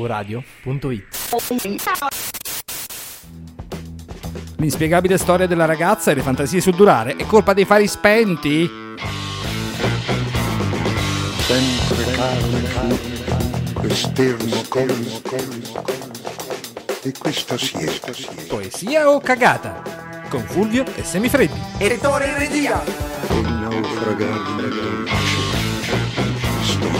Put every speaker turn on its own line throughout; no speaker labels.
mvradio.it
L'inspiegabile storia della ragazza e le fantasie sul durare è colpa dei fari spenti?
sempre calmo, esterno colmo, colmo, e questa siesta, siesta.
Poesia o cagata? Con Fulvio e Semifreddi.
il naufragare della luce, storia,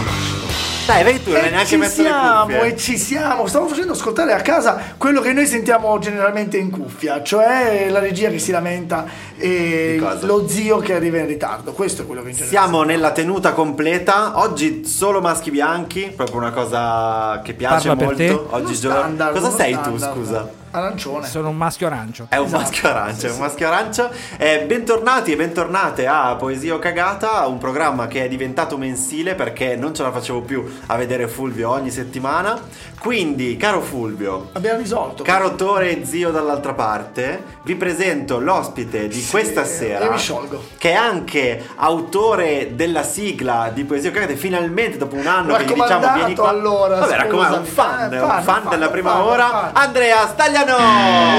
Dai, vedi tu, non hai
E
neanche
ci
messo le
siamo,
cuffie.
e ci siamo. Stavo facendo ascoltare a casa quello che noi sentiamo generalmente in cuffia, cioè la regia che si lamenta e
Di cosa?
lo zio che arriva in ritardo. Questo è quello che in generale
Siamo nella tenuta completa, oggi solo maschi bianchi, proprio una cosa che piace
Parla per
molto.
te.
Oggi
Uno
giorno-
standard,
Cosa
uno
sei
standard.
tu, scusa?
Arancione.
Sono un maschio arancio.
È un
Esatto,
maschio
sì,
arancio, è un
sì.
maschio arancio. Eh, bentornati e bentornate a Poesia o Cagata, un programma che è diventato mensile perché non ce la facevo più a vedere Fulvio ogni settimana. Quindi, caro Fulvio,
Abbiamo risolto.
Caro Tore e zio dall'altra parte, vi presento l'ospite di questa sera.
e eh, mi sciolgo.
Che è anche autore della sigla di Poesia Cagate. Finalmente, dopo un anno che gli diciamo
Raccomandato,
vieni qua.
allora,
Vabbè, raccomando, un
scusami.
fan,
Eh,
un
fan,
fan,
fan,
della prima
fan,
ora.
fan.
Andrea Stagliano!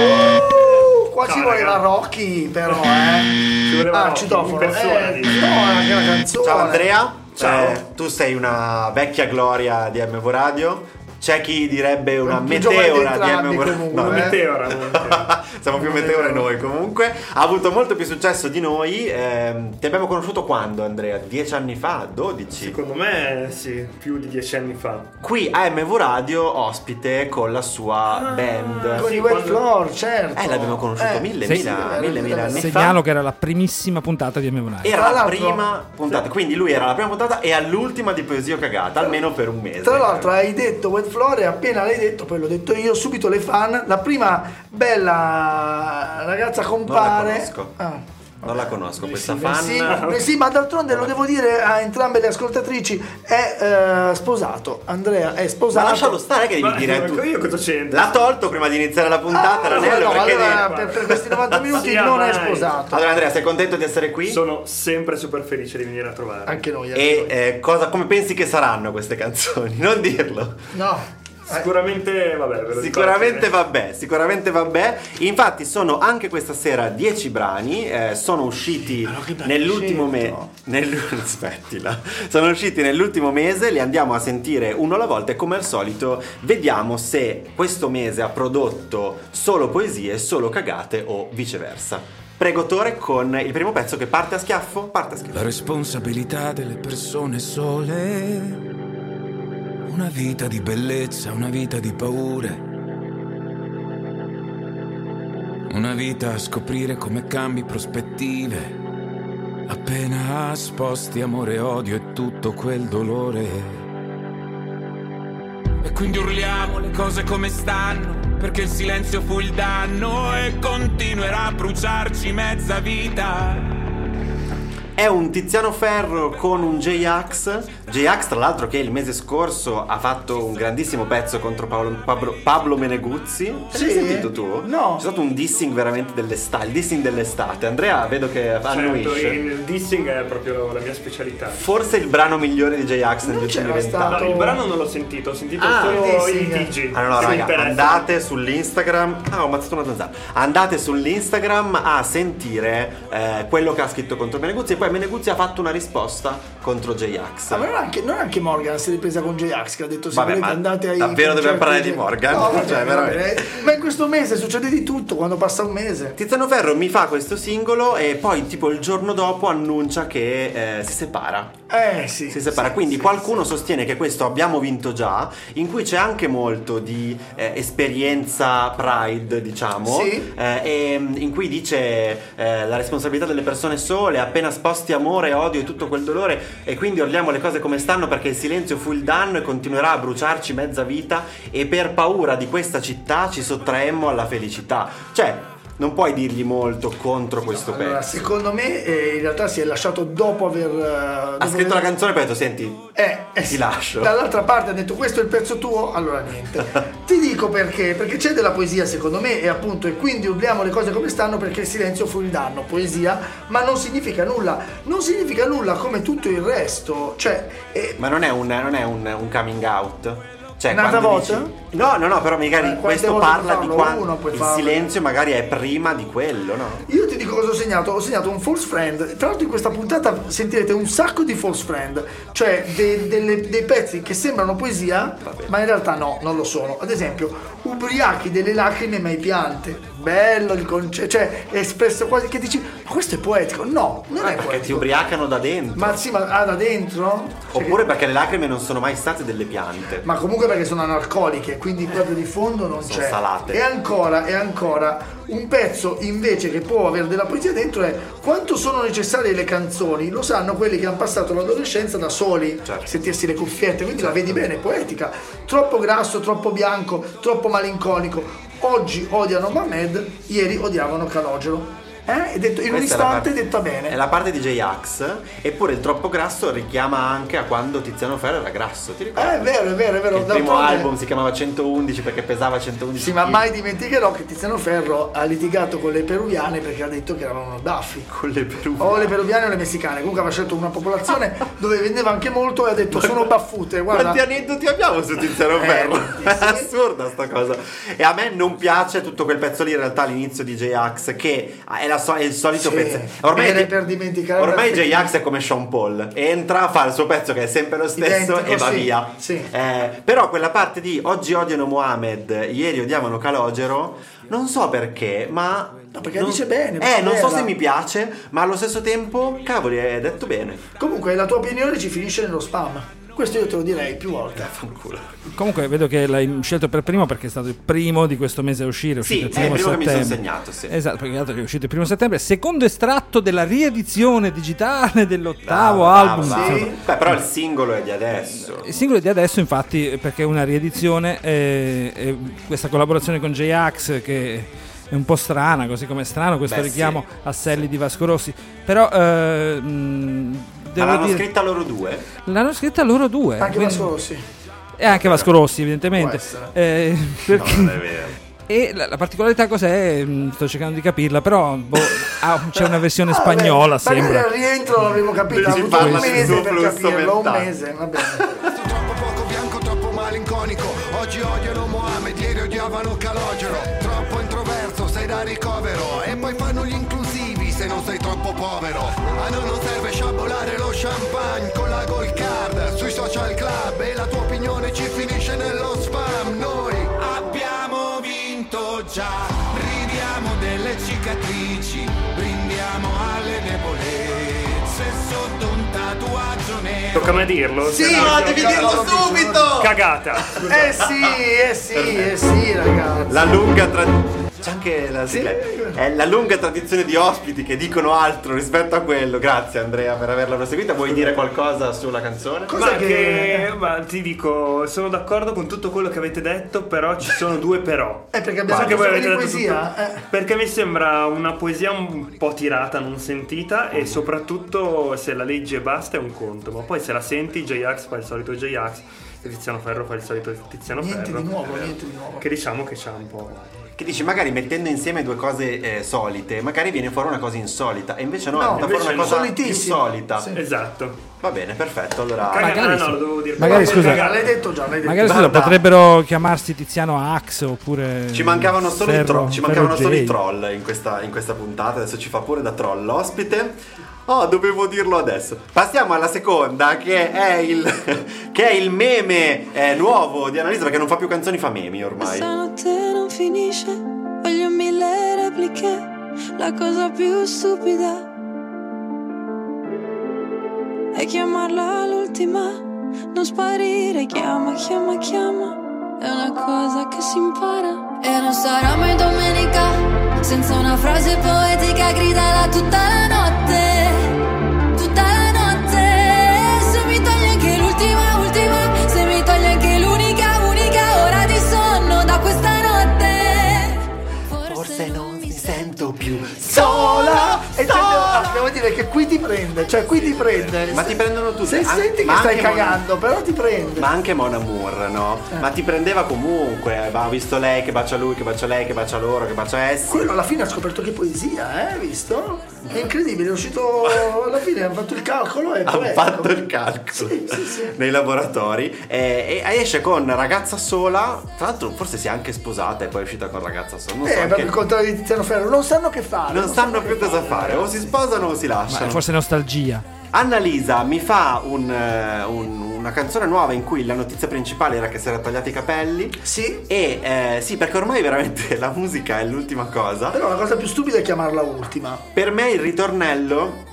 Uh, qua ci
Ciao,
voleva
ragazzi.
Rocky, però, eh.
Ci voleva
ah,
Rocky,
citofono.
in persona,
eh,
dici.
no, anche la canzone.
Ciao Andrea,
Ciao.
Eh, tu sei una vecchia gloria di MV Radio. C'è chi direbbe una
Più giovane di
meteora di
entrambi,
MV Radio.
comunque,
No,
eh.
Meteora, comunque.
Siamo più meteore noi comunque. Ha avuto molto più successo di noi. Ehm, ti abbiamo conosciuto quando Andrea? Dieci anni fa? 12?
Secondo me sì, più di dieci anni fa.
Qui a MV Radio ospite con la sua
Ah, Con
band.
sì,
i Wet
quando-
Floor, certo.
Eh, l'abbiamo conosciuto
Eh,
mille,
sì,
mila,
sì,
mille, mila anni
Segnalo
fa.
che era la primissima puntata di Memorario.
Era
Tra
la
l'altro-
prima puntata, quindi lui era alla prima puntata e all'ultima di Poesia Cagata, almeno per un mese.
Tra l'altro hai detto Wet Floor e appena l'hai detto, poi l'ho detto io, subito le fan, la prima bella ragazza compare.
conosco. Non la conosco questa
Beh,
fan.
Sì, beh, sì, ma d'altronde lo devo dire a entrambe le ascoltatrici, è eh, sposato, Andrea è
Ma
sposato.
lascialo stare che devi
Ma ecco,
dire a tu.
io cosa c'entro?
L'ha tolto prima di iniziare la puntata,
Ah,
Ranello,
no,
perché
allora,
devi-
per, per questi 90 minuti
Sia
non è
mai.
sposato.
Allora Andrea, sei contento di essere qui?
Sono sempre super felice di venire a trovare.
Anche noi. anche
E
noi.
eh, cosa, come pensi che saranno queste canzoni? Non dirlo.
no.
Sicuramente, vabbè, ve lo
Sicuramente
dico.
vabbè, sicuramente vabbè. Infatti sono anche questa sera 10 brani, eh, sono usciti nell'ultimo mese. Aspettila. Sono usciti nell'ultimo mese, li andiamo a sentire uno alla volta e come al solito vediamo se questo mese ha prodotto solo poesie, solo cagate o viceversa. Prego Tore con il primo pezzo che parte a schiaffo, parte a schiaffo.
La responsabilità delle persone sole. Una vita di bellezza, una vita di paure. Una vita a scoprire come cambi prospettive. Appena sposti amore, odio e tutto quel dolore. E quindi urliamo le cose come stanno, perché il silenzio fu il danno e continuerà a bruciarci mezza vita.
È un Tiziano Ferro con un J-Ax. J-Ax, tra l'altro, che il mese scorso ha fatto un grandissimo pezzo contro Paolo- Pablo, Pablo Meneguzzi. Te l'hai
Sì?
sentito tu?
No.
C'è stato un dissing veramente dell'estate. Il dissing dell'estate. Andrea, vedo che
Certo,
annuisce. Ah,
il dissing è proprio la mia specialità.
Forse il brano migliore di J-Ax negli
Non
ultimi
c'era
vent'anni.
stato-
No, il brano non l'ho sentito, ho sentito
Ah,
solo
il
i
dissing.
litigi.
Allora,
Se vi
raga,
interessa.
andate sull'Instagram. Ah, ho ammazzato una zanzara. Andate sull'Instagram a sentire eh, quello che ha scritto contro Meneguzzi. E poi Meneguzzi ha fatto una risposta contro J-Ax.
Ma non anche, non anche Morgan si è ripresa con J-Ax che ha detto se
Vabbè,
volete
ma
andate ai
davvero dobbiamo
concerti
parlare
J-
di Morgan?
No, vabbè,
Cioè, veramente.
vabbè. Ma in questo mese succede di tutto quando passa un mese.
Tiziano Ferro mi fa questo singolo e poi tipo il giorno dopo annuncia che eh, si separa.
Eh sì.
Si separa,
sì,
quindi
sì,
qualcuno sostiene che questo abbiamo vinto già, in cui c'è anche molto di eh, esperienza pride, diciamo,
Sì.
eh, e, mm, in cui dice eh, la responsabilità delle persone sole, appena sposti amore, odio e tutto quel dolore, e quindi orliamo le cose come stanno perché il silenzio fu il danno e continuerà a bruciarci mezza vita e per paura di questa città ci sottraemmo alla felicità. Cioè, non puoi dirgli molto contro questo
Allora,
pezzo.
secondo me eh, in realtà si è lasciato dopo aver... eh, dopo
Ha scritto la
aver-
canzone e poi ha detto, senti,
Eh, eh,
Ti
sì.
lascio.
Dall'altra parte ha detto questo è il pezzo tuo, allora niente. Ti dico perché, perché c'è della poesia secondo me e appunto e quindi urliamo le cose come stanno perché il silenzio fu il danno, poesia, ma non significa nulla, non significa nulla come tutto il resto, cioè eh,
Ma non è un, non è un- un coming out? Cioè,
Un'altra
quando
volta?
dici- No, no, no, però magari
Eh, quante
questo
volte
parla
puoi
di
farlo?
quando
Uno puoi
il
farlo.
silenzio magari è prima di quello, no?
Io ti dico cosa ho segnato, ho segnato un false friend, tra l'altro in questa puntata sentirete un sacco di false friend, cioè de- delle- dei pezzi che sembrano poesia, ma in realtà no, non lo sono. Ad esempio, ubriachi delle lacrime mai piante, bello il concetto, cioè è espresso quasi che dici, ma questo è poetico? No, non è
Ah, Perché ti
poetico.
ubriacano da dentro.
Eh, Ma sì, ma ah, da dentro? Cioè,
Oppure perché le lacrime non sono mai state delle piante.
ma comunque perché sono analcoliche, quindi proprio di fondo non
Sono
c'è.
salate.
E ancora, e ancora, un pezzo invece che può avere della poesia dentro è quanto sono necessarie le canzoni, lo sanno quelli che hanno passato l'adolescenza da soli,
Certo.
sentirsi le cuffiette, quindi la vedi bene, è poetica. Troppo grasso, troppo bianco, troppo malinconico. Oggi odiano Mamed, ieri odiavano Calogero. Eh? È detto, in un
Questa è la
istante
parte-
detta bene.
È la parte di J-Ax, eppure il troppo grasso richiama anche a quando Tiziano Ferro era grasso, ti ricordi?
Eh, è vero, è vero, è vero.
Che il primo
D'altronde-
album si chiamava 111 perché pesava 111
Sì, ma
kg.
mai dimenticherò che Tiziano Ferro ha litigato con le peruviane perché ha detto che erano baffi.
con le perugine.
O le peruviane o le messicane. Comunque aveva scelto una popolazione dove vendeva anche molto e ha detto sono baffute, guarda.
Quanti aneddoti abbiamo su Tiziano
Eh,
Ferro?
sì.
È assurda sta cosa. E a me non piace tutto quel pezzo lì in realtà all'inizio di J-Ax che è, la so- è il solito
Sì.
pezzo.
Bene per dimenticare
Ormai
la-
J-Ax è come Sean Paul. Entra, fa il suo pezzo che è sempre lo stesso
Identico,
e va
sì.
via.
Sì.
Eh, però quella parte di oggi odiano Mohamed, ieri odiavano Calogero, non so perché, ma...
No, perché
non-
dice bene,
Eh,
perché
non so
era.
se mi piace, ma allo stesso tempo, cavoli, è detto bene.
Comunque la tua opinione ci finisce nello spam. Questo io te lo direi più volte.
Comunque vedo che l'hai scelto per primo perché è stato il primo di questo mese a uscire. È
Sì,
uscito il
è il
primo
primo che mi
settembre.
sono segnato, sì.
Esatto, perché altro che è uscito il primo settembre. Secondo estratto della riedizione digitale dell'ottavo
Bravo,
album.
bravo, bravo.
Insomma,
Beh, però il singolo è di
Eh,
adesso.
Il singolo di adesso, infatti, perché è una riedizione, eh, eh, questa collaborazione con J-Ax che è un po' strana, così come è strano questo
Beh,
richiamo a Selli di Vasco Rossi. Però eh, mh,
Ma
devo
l'hanno
dire,
scritta loro due?
l'hanno scritta loro due.
Anche
quindi-
Vasco Rossi.
E anche Vasco Rossi, evidentemente.
Può
Eh, perché-
è vero.
E la, la particolarità cos'è? Mm, Sto cercando di capirla, però boh, ah, c'è una versione
Ah,
spagnola,
vabbè, magari
sembra.
al rientro l'avremmo capito. Ha
Si
avuto
parla
un
del
mese
suo
per
flusso
capirlo, un
mentale.
mese, va bene.
Troppo poco bianco, troppo malinconico. Oggi odiano Mohamed, ieri odiavano Calogero. Troppo introverso, sei da ricovero. E poi fanno gli inclusivi se non sei troppo povero. A noi non serve sciabolare lo champagne con la gold card sui social club. E la tua opinione ci finisce nello spam. Noi abbiamo vinto già. Ridiamo delle cicatrici, brindiamo alle debolezze sotto un tatuaggio nero.
Tocca a me dirlo.
Sì,
se
no, devi dirlo
subito!
Cagata.
Eh sì, eh sì, eh sì, ragazzi.
La lunga tradizione. C'è anche la sigla. È la lunga tradizione di ospiti che dicono altro rispetto a quello. Grazie Andrea per averla proseguita. Vuoi dire qualcosa sulla canzone?
Cosa
Ma,
che-
che, ma ti dico, sono d'accordo con tutto quello che avete detto, però ci sono due però.
Eh, perché abbiamo
So che
fatto
voi
di
avete detto
poesia.
tutto.
eh.
Perché mi sembra una poesia un po' tirata, non sentita, e soprattutto se la leggi e basta è un conto, ma poi se la senti J-Ax fa il solito J-Ax e Tiziano Ferro fa il solito Tiziano
Niente
Ferro.
di nuovo,
Eh,
niente di nuovo.
Che diciamo che c'ha un po'...
Che dici, magari mettendo insieme due cose eh, solite, magari viene fuori una cosa insolita. E invece no,
No,
è venuta fuori
invece
una
no.
cosa più
Solitissima.
solita.
Sì.
Esatto.
Va bene, perfetto. Allora.
Caga-
magari
ah, no,
sì.
lo dovevo dire.
Magari,
Però-
scusa.
Raga, l'hai detto già, l'hai detto.
Magari scusa,
Guarda.
potrebbero chiamarsi Tiziano Ax oppure.
Ci mancavano solo, i,
Ferro-
tro- ci mancavano
Ferro
solo i
J.
troll in questa, in questa puntata, adesso ci fa pure da troll l'ospite. Oh, dovevo dirlo adesso. Passiamo alla seconda, che è il, che è il meme eh, nuovo di Annalisa, perché non fa più canzoni, fa meme ormai.
Questa notte non finisce, voglio mille repliche, la cosa più stupida è chiamarla l'ultima, non sparire, chiama, chiama, chiama, è una cosa che si impara. E non sarà mai domenica, senza una frase poetica gridala tutta la notte, tutta la notte, se mi togli anche l'ultima, ultima, se mi togli anche l'unica, unica ora di sonno da questa notte. Forse non mi sento
più.
sola e cioè,
"Ah,
devo, devo dire che qui ti prende cioè qui ti prende
Ma ti prendono tutti.
se
An-
senti che
ma
stai
anche Mon-
cagando però ti prende
Ma anche Mon Amour, no?
Eh.
Ma ti prendeva comunque. Ma ho visto lei che bacia lui, che bacia lei, che bacia loro, che bacia essi.
quello alla fine ha scoperto che poesia eh visto È incredibile, è uscito alla fine, hanno fatto il calcolo e ecco.
Hanno
corretto.
fatto
ecco.
il calcolo nei laboratori eh, e esce con ragazza sola. Tra l'altro, forse si è anche sposata e poi è uscita con ragazza sola. Non so
Eh,
anche-
proprio il contrario di Tiziano Ferro, non sanno che fare.
non sanno più cosa fare, o si sposano o si
Ma
lasciano.
forse nostalgia.
Annalisa mi fa un, eh, un- una canzone nuova in cui la notizia principale era che si era tagliati i capelli.
Sì,
E eh, sì, perché ormai veramente la musica è l'ultima cosa.
però la cosa più stupida è chiamarla ultima.
Per me il ritornello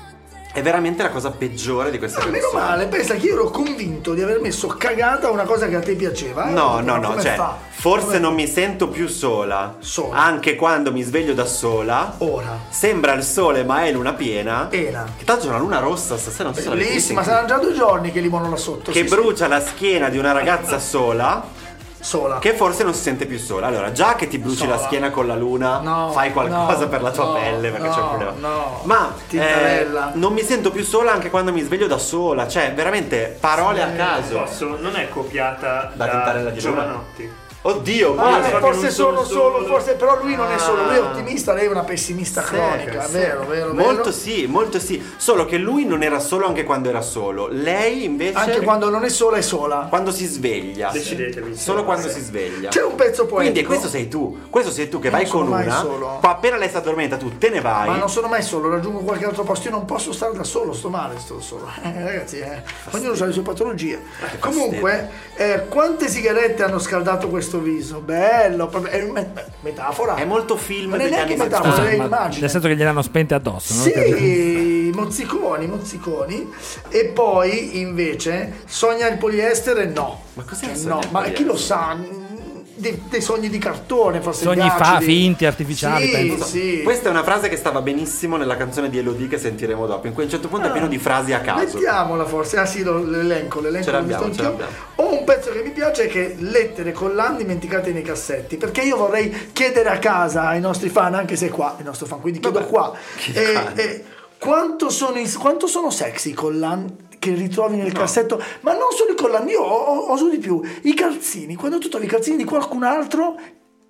è veramente la cosa peggiore di questa
Ma meno
canzone.
male, pensa che io ero convinto di aver messo cagata una cosa che a te piaceva. eh.
No,
Ho detto,
no,
ma
no,
come
cioè,
fa?
forse
Come-
non mi sento più sola.
Sola. Oh.
Anche quando mi sveglio da sola.
Ora.
Sembra il sole, ma è luna piena.
Era.
Che tanto c'è una luna rossa stasera, non so se l'avete
Eh. Bellissima,
visto in-
saranno già due giorni che limonano là sotto.
Che
sì, sì,
brucia la schiena di una ragazza sola.
Sola. Eh,
Che forse non si sente più sola. Allora, già che ti bruci
Sola.
la schiena con la luna,
No,
fai qualcosa
no,
per la tua
no,
pelle perché c'è un
no,
problema.
no.
Ma
Tintarella.
eh, non mi sento più sola anche quando mi sveglio da sola. Cioè, veramente parole a caso.
Posso, non è copiata
Da
da,
Tintarella di Roma?
Giovanotti.
Oddio,
Ah,
guarda.
beh,
so che
forse
non
sono
sono
solo,
solo.
forse, però lui non è solo, lui è
Ah.
ottimista, lei è una pessimista
Sì,
cronica,
sì.
vero, vero, vero.
Molto sì, molto sì. Solo che lui non era solo anche quando era solo. Lei invece.
Anche quando non è sola è sola.
quando si sveglia.
Decidetevi,
Solo
sì,
quando
sì.
si sveglia.
C'è un pezzo poetico.
Quindi questo sei tu. Questo sei tu che vai
ecco. Eh, non sono
con
mai
una.
solo.
poi Appena lei si addormenta, tu te ne vai.
Ma non sono mai solo, raggiungo qualche altro posto, io non posso stare da solo, sto male, sto solo. Eh, ragazzi, eh, ognuno ha le sue
Eh,
patologie. Comunque, eh, quante sigarette hanno scaldato questo viso? Bello, proprio- è una me- metafora.
È molto film
Non è
degli
neanche
anni
metafora,
70.
è
ma
immagine.
nel senso che gliel'hanno spente addosso. non capisco.
Sì, mozziconi, mozziconi. E poi invece sogna il poliestere? No.
Ma cos'è
Cioè,
il sogno
No,
al
ma chi lo
poliestere?
sa? mh, Dei, dei sogni di cartone, forse
Sogni
ghiacci,
fa-
dei-
finti, artificiali,
Sì,
penso.
sì.
Questa è una frase che stava benissimo nella canzone di Elodie che sentiremo dopo. In cui a un certo punto è pieno
Ah,
di frasi a caso.
Mettiamola forse, ah sì, lo- l'elenco, l'elenco
Ce
l'ho
l'abbiamo,
visto
ce
anch'io.
l'abbiamo.
Ho un pezzo che mi piace che è lettere collane dimenticate nei cassetti, perché io vorrei chiedere a casa ai nostri fan, anche se è qua, il nostro fan, quindi chiedo qua, eh, eh, quanto, sono in- quanto sono sexy i collan che ritrovi nel cassetto, ma non solo i collan, io o- o- oso di più, i calzini, quando tu trovi i calzini di qualcun altro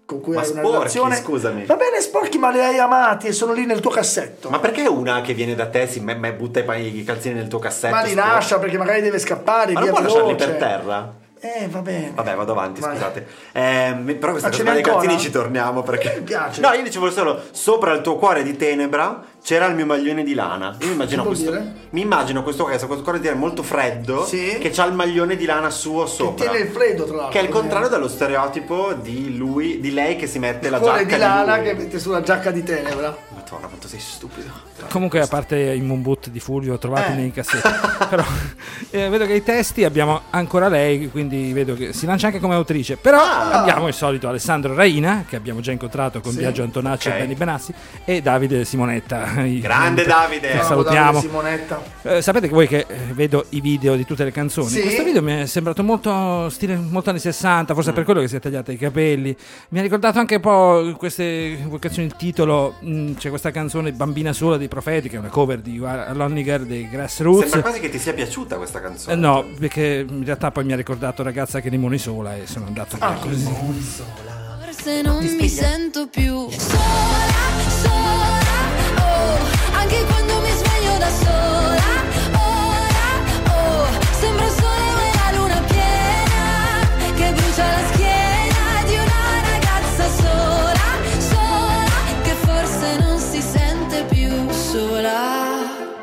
con cui
Ma
hai una
sporchi,
relazione,
scusami.
va bene sporchi ma li hai amati e sono lì nel tuo cassetto.
Ma perché una che viene da te si me- me butta i, pa- i calzini nel tuo cassetto?
Ma li
sporco?
lascia perché magari deve scappare.
Ma non
via
può lasciarli
veloce.
per terra?
Eh, va bene.
Vabbè, vado avanti,
Vai.
scusate. Ehm, però questa
Ah, ce
cosa dei
n'è ancora?
calzini ci torniamo perché...
Mi piace.
No, io dicevo solo, sopra il tuo cuore di tenebra c'era il mio maglione di lana. Io mi immagino
Che vuol
questo...
dire?
Mi immagino questo, questo cuore di tenebra molto freddo
Sì.
che c'ha il maglione di lana suo sopra.
tiene il freddo, tra l'altro,
Che è il
così,
contrario
eh.
dallo stereotipo di lui, di lei che si mette la giacca
Cuore di lana
lui.
che mette sulla giacca di tenebra.
Eh,
Madonna, quanto sei stupido.
Comunque, a parte i Moonboot di Fulvio trovati
Eh.
nei cassetti, però eh, vedo che i testi abbiamo ancora lei, quindi vedo che si lancia anche come autrice. Però
Ah.
abbiamo il solito Alessandro Raina, che abbiamo già incontrato con Biagio Antonacci
ok.
e Benny Benassi, e Davide Simonetta. i-
Grande Davide.
Che
Bravo
Davide
salutiamo.
Simonetta.
Eh, sapete che voi che eh, vedo i video di tutte le canzoni,
Sì.
questo video mi è sembrato molto stile molto anni 60, forse per quello che si è tagliata i capelli. Mi ha ricordato anche un po' queste vocazioni il titolo, mh, c'è questa canzone Bambina sola dei profeti che è una cover di War- Lonniger dei
Sembra
Grassroots.
quasi che ti sia piaciuta questa canzone.
Eh, no, perché in realtà poi mi ha ricordato ragazza che rimane sola e sono andato via così.
Forse non mi sento più sola, sola, oh, anche quando mi sveglio da sola, ora, oh, sembra il sole ma è la luna piena, che brucia la schiena di una ragazza sola, sola, che forse non si sente più sola.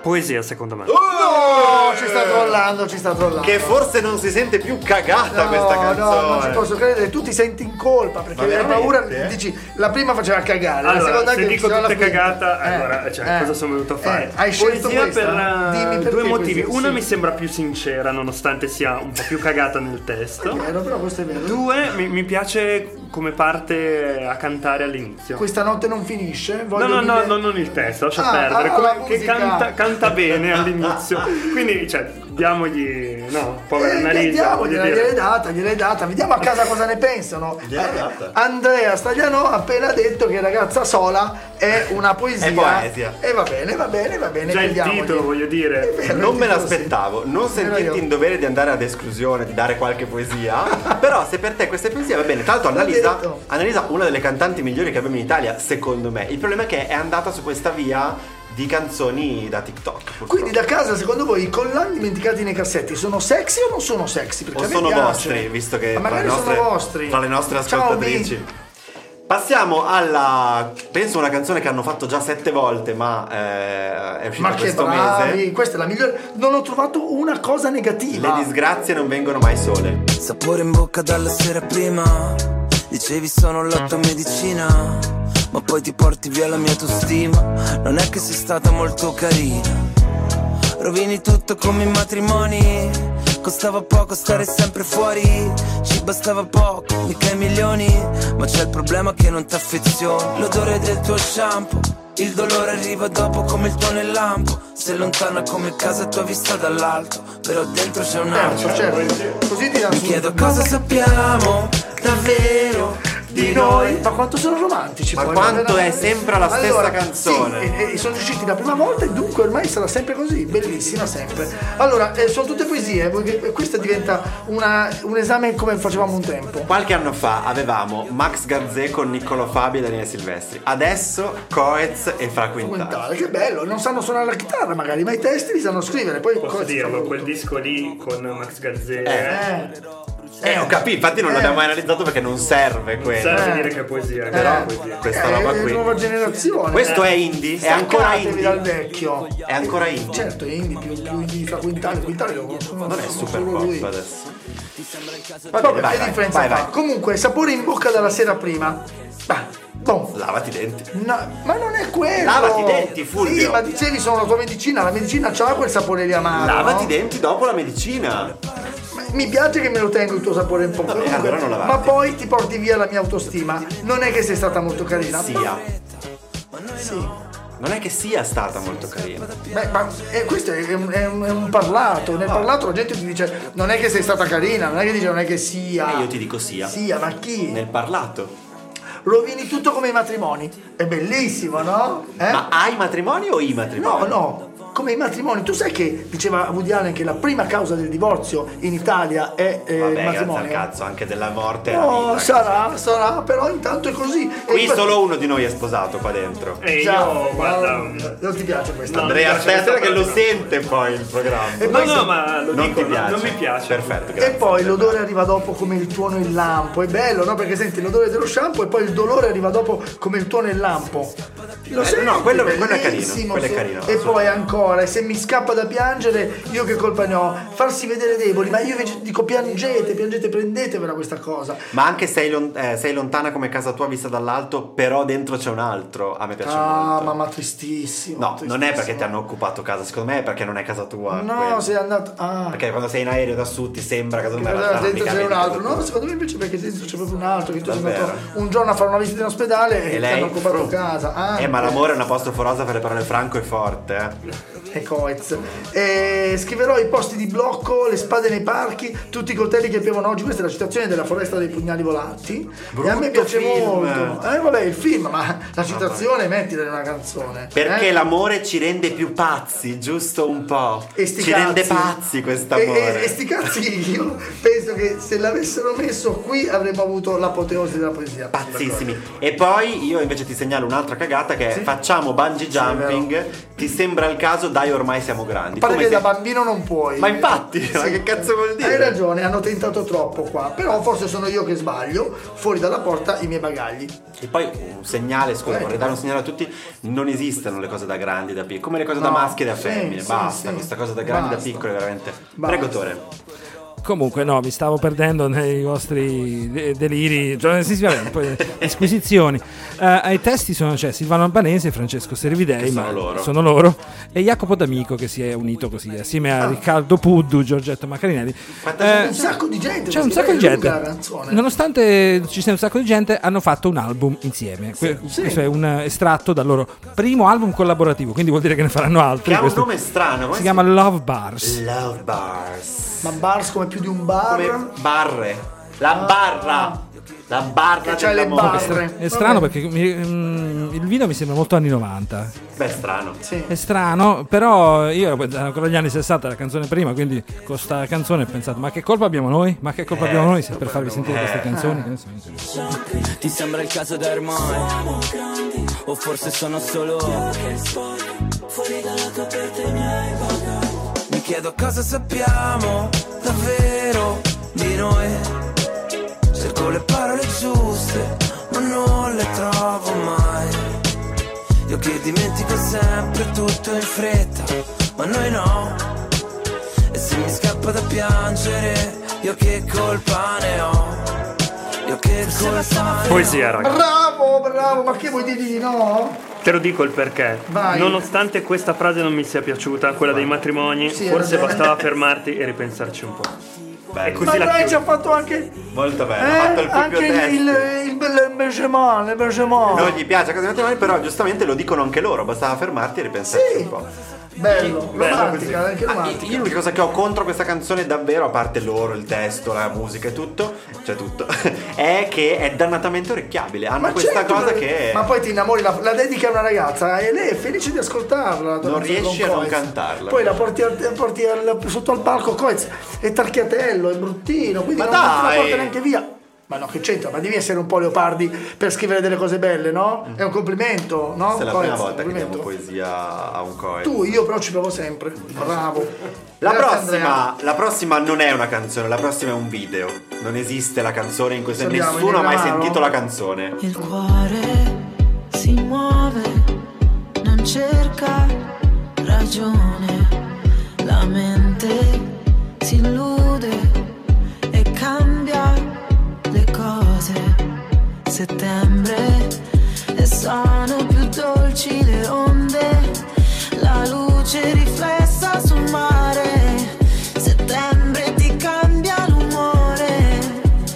Poesia, secondo me.
No, ci sta trollando, ci sta trollando.
Che forse non si sente più cagata
No,
questa canzone.
no, non ci posso credere, tu ti senti in colpa perché
Ma
hai
veramente,
paura,
eh?
dici, la prima faceva cagare, la
Allora,
seconda
se
che
dico
faceva la
tutta
quinta.
cagata,
Eh,
allora, cioè,
eh,
cosa sono venuto a fare?
eh, hai scelto
Poesia
questa?
per eh,
Dimmi perché
due
questa,
motivi. Una
sì.
mi sembra più sincera, nonostante sia un po' più cagata nel testo.
È vero, però questo è vero.
Due, mi, mi piace come parte a cantare all'inizio.
Questa notte non finisce, eh,
No,
voglio
no, no,
vivere-
no, non il testo, lascia
Ah,
perdere.
ah,
come-
la
che
musica.
canta, canta bene all'inizio. Quindi, cioè, diamogli. No, povera
Eh,
Annalisa.
vediamo,
voglio
gliela-
dire.
gliel'hai data, gliel'hai data, vediamo a casa cosa ne pensano.
Gliel'hai
Eh,
data.
Andrea Stagliano ha appena detto che ragazza sola è una poesia.
È poesia.
E va bene, va bene, va bene.
Già il
crediamogli.
titolo, voglio dire.
È vero,
Non
il
me
titolo
l'aspettavo, non
Nemmeno
sentirti
io.
in dovere di andare ad esclusione, di dare qualche poesia, però se per te questa è poesia va bene. Tra l'altro Annalisa,
detto.
Annalisa, una delle cantanti migliori che abbiamo in Italia, secondo me. Il problema è che è andata su questa via di canzoni da TikTok. purtroppo.
Quindi da casa, secondo voi, i collani dimenticati nei cassetti sono sexy o non sono sexy? Perché
o
a me
sono
piace.
vostri, visto che
Ma
tra
magari
le nostre,
sono vostri.
tra le nostre ascoltatrici.
Ciao, Mi.
Passiamo alla penso una canzone che hanno fatto già sette volte, ma eh, è uscita
ma che
questo
bravi,
mese.
questa è la migliore. Non ho trovato una cosa
Le
negativa.
disgrazie non vengono mai sole.
Sapore in bocca dalla sera prima Dicevi sono la tua medicina Ma poi ti porti via la mia autostima Non è che sei stata molto carina Rovini tutto come i matrimoni Costava poco stare sempre fuori Ci bastava poco, mica i milioni Ma c'è il problema che non t'affezioni L'odore del tuo shampoo Il dolore arriva dopo come il tuo nel lampo Sei lontana come casa tua vista dall'alto Però dentro c'è un altro
Terzo,
Eh,
certo. Così ti dà
mi chiedo cosa sappiamo davvero di noi.
Ma quanto sono romantici
Ma
poi,
quanto
veramente.
è sempre la stessa
Allora,
canzone.
sì, e, e sono usciti la prima volta e dunque ormai sarà sempre così bellissima sempre allora eh, sono tutte poesie vuoi che- questa diventa una- un esame come facevamo un tempo
Qualche anno fa avevamo Max Gazzè con Niccolo Fabi e Daniele Silvestri. Adesso Coez e Fra Quintana.
Mentale, che bello non sanno suonare la chitarra magari ma i testi li sanno scrivere poi
Posso
cosa si fa
dirlo,
con-
quel disco lì con Max Gazzè
eh,
Eh, ho capito, infatti non
Eh.
l'abbiamo mai analizzato perché non serve quello.
serve
eh.
dire che è poesia,
eh,
però poesia.
questa
eh,
roba qui.
nuova generazione
Questo
eh.
è indie, è ancora
Staccatevi dal
indie.
vecchio
È ancora indie.
certo indie più, più indie fra quintale quintale lo conoscono
Non è super
solo lui.
pop adesso.
Va
bene,
bene,
vai,
che
vai,
differenza
vai,
fa?
vai.
Comunque, sapore in bocca dalla sera prima. Bah, boh.
Lavati i denti.
No, ma non è quello!
Lavati i denti, Fulvio.
Sì, ma dicevi sono la tua medicina, la medicina c'ha quel sapore lì amaro.
Lavati i
no?
denti dopo la medicina.
Ma Mi piace che me lo tengo il tuo sapore in bocca.
Vabbè, allora non lavati.
ma poi ti porti via la mia autostima. Non è che sei stata molto carina.
Sia.
Ma- sì.
Non è che sia stata molto carina.
Beh, ma eh, questo è un, è un- è un parlato. Nel parlato la gente ti dice non è che sei stata carina, non è che dice non è che sia.
E Eh, io ti dico sia.
Sia, ma chi?
Nel parlato.
Rovini tutto come i matrimoni. È bellissimo, no? Eh?
Ma hai matrimoni o i matrimoni?
No, no, come i matrimoni. Tu sai che diceva Woody Allen che la prima causa del divorzio in Italia è eh, il
Vabbè, grazie al
matrimonio?
cazzo, anche della morte. alla
No,
vita.
sarà, sarà, però intanto è così. E
Qui
infatti-
solo uno di noi è sposato qua dentro.
E
Già,
io, guarda,
no, non ti piace questo.
No.
Andrea,
mi piace
stai attento che lo
questa parola.
sente poi il programma.
E
no,
poi se-
no, ma lo
non
dico,
ti piace.
non mi piace.
Perfetto,
E
grazie.
poi l'odore arriva dopo come il tuono e il lampo, è bello, no? Perché senti l'odore dello shampoo e poi il dolore arriva dopo come il tuono e il lampo. Lo
Eh,
senti?
no, quello- quello è carino,
Bellissimo,
quello è
sì.
carino,
E
assolutamente.
poi ancora, e se mi scappa da piangere, io che colpa ne ho? Farsi vedere deboli, ma io invece dico piangete, piangete, prendetevela questa cosa.
Ma anche sei, lon- eh, sei lontana come casa tua vista dall'alto, però dentro c'è un altro. A me piace
Ah,
molto.
ma, ma tristissimo.
No, non è
tristissimo.
perché ti hanno occupato casa, secondo me è perché non è casa tua.
No,
quello.
sei andato. Ah.
Perché quando sei in aereo da su ti sembra casa tua. ma in
Allora,
realtà non
dentro
ti
c'è un
capita
altro,
casa tua.
no? Secondo me invece perché dentro c'è proprio un altro che tu sei
Davvero?
andato un giorno a fare una visita in ospedale e,
E
ti
lei?
hanno occupato
Fru.
casa. Ah,
Eh, ma l'amore è una apostroforosa per le parole franco e forte. eh.
E Coez. Eh, scriverò i posti di blocco, le spade nei parchi, tutti i coltelli che piovono oggi. Questa è la citazione della foresta dei pugnali volanti. e a
Brutto
me piace
film.
molto. Eh, vabbè, il film, ma la citazione mettila in una canzone.
Perché
eh?
l'amore ci rende più pazzi, giusto un po'.
E sti
Ci rende
cazzi.
pazzi
E,
quest'amore.
e, e sti cazzi, io penso che se l'avessero messo qui avremmo avuto l'apoteosi della poesia.
Pazzissimi. E poi io invece ti segnalo un'altra cagata che è facciamo bungee jumping, ti sembra il caso, dai ormai siamo grandi.
A parte
Come
che da
se-
bambino non puoi.
Ma infatti, ma che cazzo vuol dire?
Hai ragione, hanno tentato troppo qua. Però forse sono io che sbaglio. Fuori dalla porta i miei bagagli.
E poi un segnale,
Eh.
scusa, vorrei dare un segnale a tutti, non esistono le cose da grandi e da piccole, come le cose da
No.
maschi e da
Sì,
femmine,
sì,
basta,
sì.
questa cosa da grandi e da
Basta.
piccole veramente.
Basta.
Prego Tore.
Comunque, no, mi stavo perdendo nei vostri de- deliri, cioè, sì, sì, vabbè, poi, esquisizioni. Eh, ai testi sono c'è Silvano Albanese, Francesco Servidei,
Che sono
ma
loro.
sono loro, e Jacopo D'Amico che si è unito così assieme a Riccardo Puddu, Giorgetto Macarinelli. Eh,
Eh.
un sacco di gente.
C'è un
perché
sacco
è
di
lunga La
gente.
canzone.
Nonostante ci sia un sacco di gente, hanno fatto un album insieme. Que-
sì.
Questo è un estratto dal loro primo album collaborativo, quindi vuol dire che ne faranno altri.
Che ha un
Questo-
nome strano, come
si chiama Love Bars.
Love Bars.
Ma bars come più di un bar.
Come barre. La barra. La barra
Che c'ha le
dell'amore.
barre.
È strano
Vabbè.
perché mi- mm, il video mi sembra molto anni 90.
Beh, strano.
Sì.
È strano, però io ero ancora negli anni 60 la canzone prima, quindi con questa canzone ho pensato "Ma che colpa abbiamo noi? Ma che colpa
Eh.
abbiamo noi se- per farvi sentire queste canzoni?" Che ne so, insomma.
Ti sembra il caso da ormai? O forse sono solo chiedo cosa sappiamo davvero di noi. Cerco le parole giuste, ma non le trovo mai. Io che dimentico sempre tutto in fretta, ma noi no. E se mi scappa da piangere, io che colpa ne ho. Io che colpa ne ho.
Poesia, raga.
Bravo, bravo, ma che vuoi dirgli di no?
Te lo dico il perché.
Vai.
Nonostante questa frase non mi sia piaciuta, quella dei matrimoni,
Sì,
forse
era bella.
bastava fermarti e ripensarci un po'.
Bello.
E così-
Ma
la
dai,
chiudo.
ci ha fatto anche,
Molto bello, ha fatto
eh,
il proprio
anche il,
test.
il, il, bel- il Benjamin, il Benjamin.
Non gli piace a casa dei matrimoni, però giustamente lo dicono anche loro, bastava fermarti e ripensarci
Sì.
un po'.
Bello,
Bello
romantica,
così.
anche
Ah,
romantica.
Io l'unica cosa che ho contro questa canzone davvero, a parte loro, il testo, la musica e tutto, cioè tutto, è che è dannatamente orecchiabile. Hanno questa
certo,
cosa
ma-
che
Ma poi ti innamori, la, la dedichi a una ragazza e lei è felice di ascoltarla. la tua
Non
canzone
riesci
con
a non
Coez.
cantarla.
Poi la porti, al- porti al- sotto al palco Coez, è tarchiatello, è bruttino, quindi
Ma
non non te
dai!
la porta neanche via. Ma no, che c'entra? Ma devi essere un po' leopardi per scrivere delle cose belle, no? È un complimento, no?
Questa è la
Coez,
prima volta che
complimento.
diamo poesia a un coe.
Tu, io però ci provo sempre. Bravo.
La
Grazie, Andrea.
prossima, la prossima non è una canzone, la prossima è un video. Non esiste la canzone in questo
Sappiamo,
nessuno ha mai
Negramaro?
sentito la canzone.
Il cuore si muove, non cerca ragione. La mente si illude e cambia le cose. Settembre e sono più dolci le onde. La luce riflessa sul mare. Settembre ti cambia l'umore.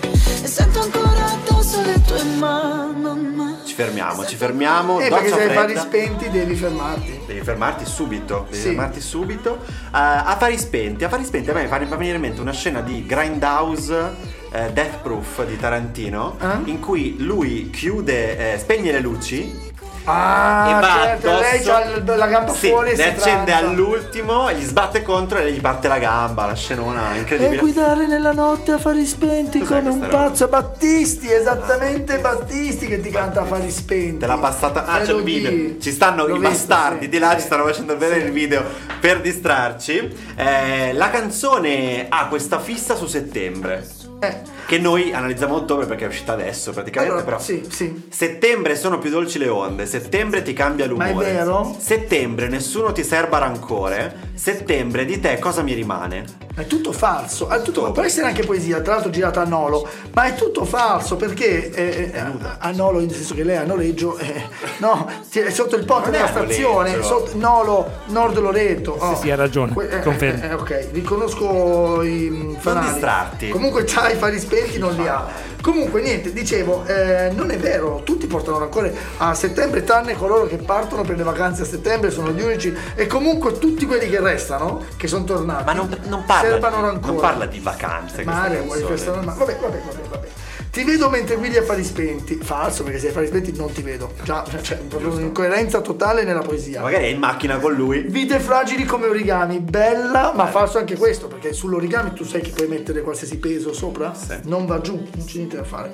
E sento ancora addosso le tue mani. mamma.
Ci fermiamo, ci fermiamo.
Eh, perché
doccia
se hai i
Oh, fredda.
pali spenti devi fermarti.
Devi fermarti subito, devi
Sì.
fermarti subito. Eh, a fari spenti, a fari spenti a me mi fa mi fa venire in mente una scena di Grindhouse eh, Death Proof di Tarantino,
Eh?
in cui lui chiude, eh, spegne le luci e
Ah,
va
certo, lei
addosso-
ha il- la gamba
Sì,
fuori e si
ne accende
tranza.
all'ultimo, gli sbatte contro e gli parte la gamba, la scenona incredibile.
E guidare nella notte a fari spenti
Cos'è
come un
questa roba?
pazzo. Battisti, esattamente Battisti che ti canta a fari spenti.
Te l'ha passata. Ah, c'è il
Melodie.
video. Ci stanno
L'ho
i
visto,
bastardi
sì.
di là, ci
Sì.
stanno facendo vedere il video per distrarci. Eh, la canzone ha questa fissa su settembre.
Eh.
Che noi analizziamo a ottobre perché è uscita adesso praticamente.
Allora,
però
sì, sì.
settembre sono più dolci le onde. Settembre ti cambia l'umore.
Ma è vero?
Settembre nessuno ti serba rancore. Settembre di te cosa mi rimane?
È tutto falso, è tutto- può essere anche poesia, tra l'altro girata a Nolo, ma è tutto falso perché eh, eh, a Nolo, nel senso che lei a noleggio, eh, no, si- è sotto il ponte
Non è
della
a noleggio.
stazione, sotto- Nolo, Nord Loreto. oh.
sì, ha ragione,
Que- eh,
confermo.
eh, eh, ok, riconosco i mm, fanali.
distrarti.
Comunque c'ha i fari spenti, non li ha. Comunque niente, dicevo, eh, non è vero, tutti portano rancore a settembre, tranne coloro che partono per le vacanze a settembre, sono gli unici, e comunque tutti quelli che restano, che sono tornati.
Ma non, non parla,
Serbano
di,
rancore.
non parla di vacanze. questa
Mare, vuoi
canzone.
festa normale. Vabbè, vabbè, vabbè, vabbè. Ti vedo mentre guidi a fari spenti. Falso, perché se hai fari spenti non ti vedo. Già, cioè, proprio un'incoerenza totale nella poesia.
Magari è in macchina con lui.
Vite fragili come origami, bella, ma falso anche questo, perché sull'origami tu sai che puoi mettere qualsiasi peso sopra, non va giù, non c'è niente da fare.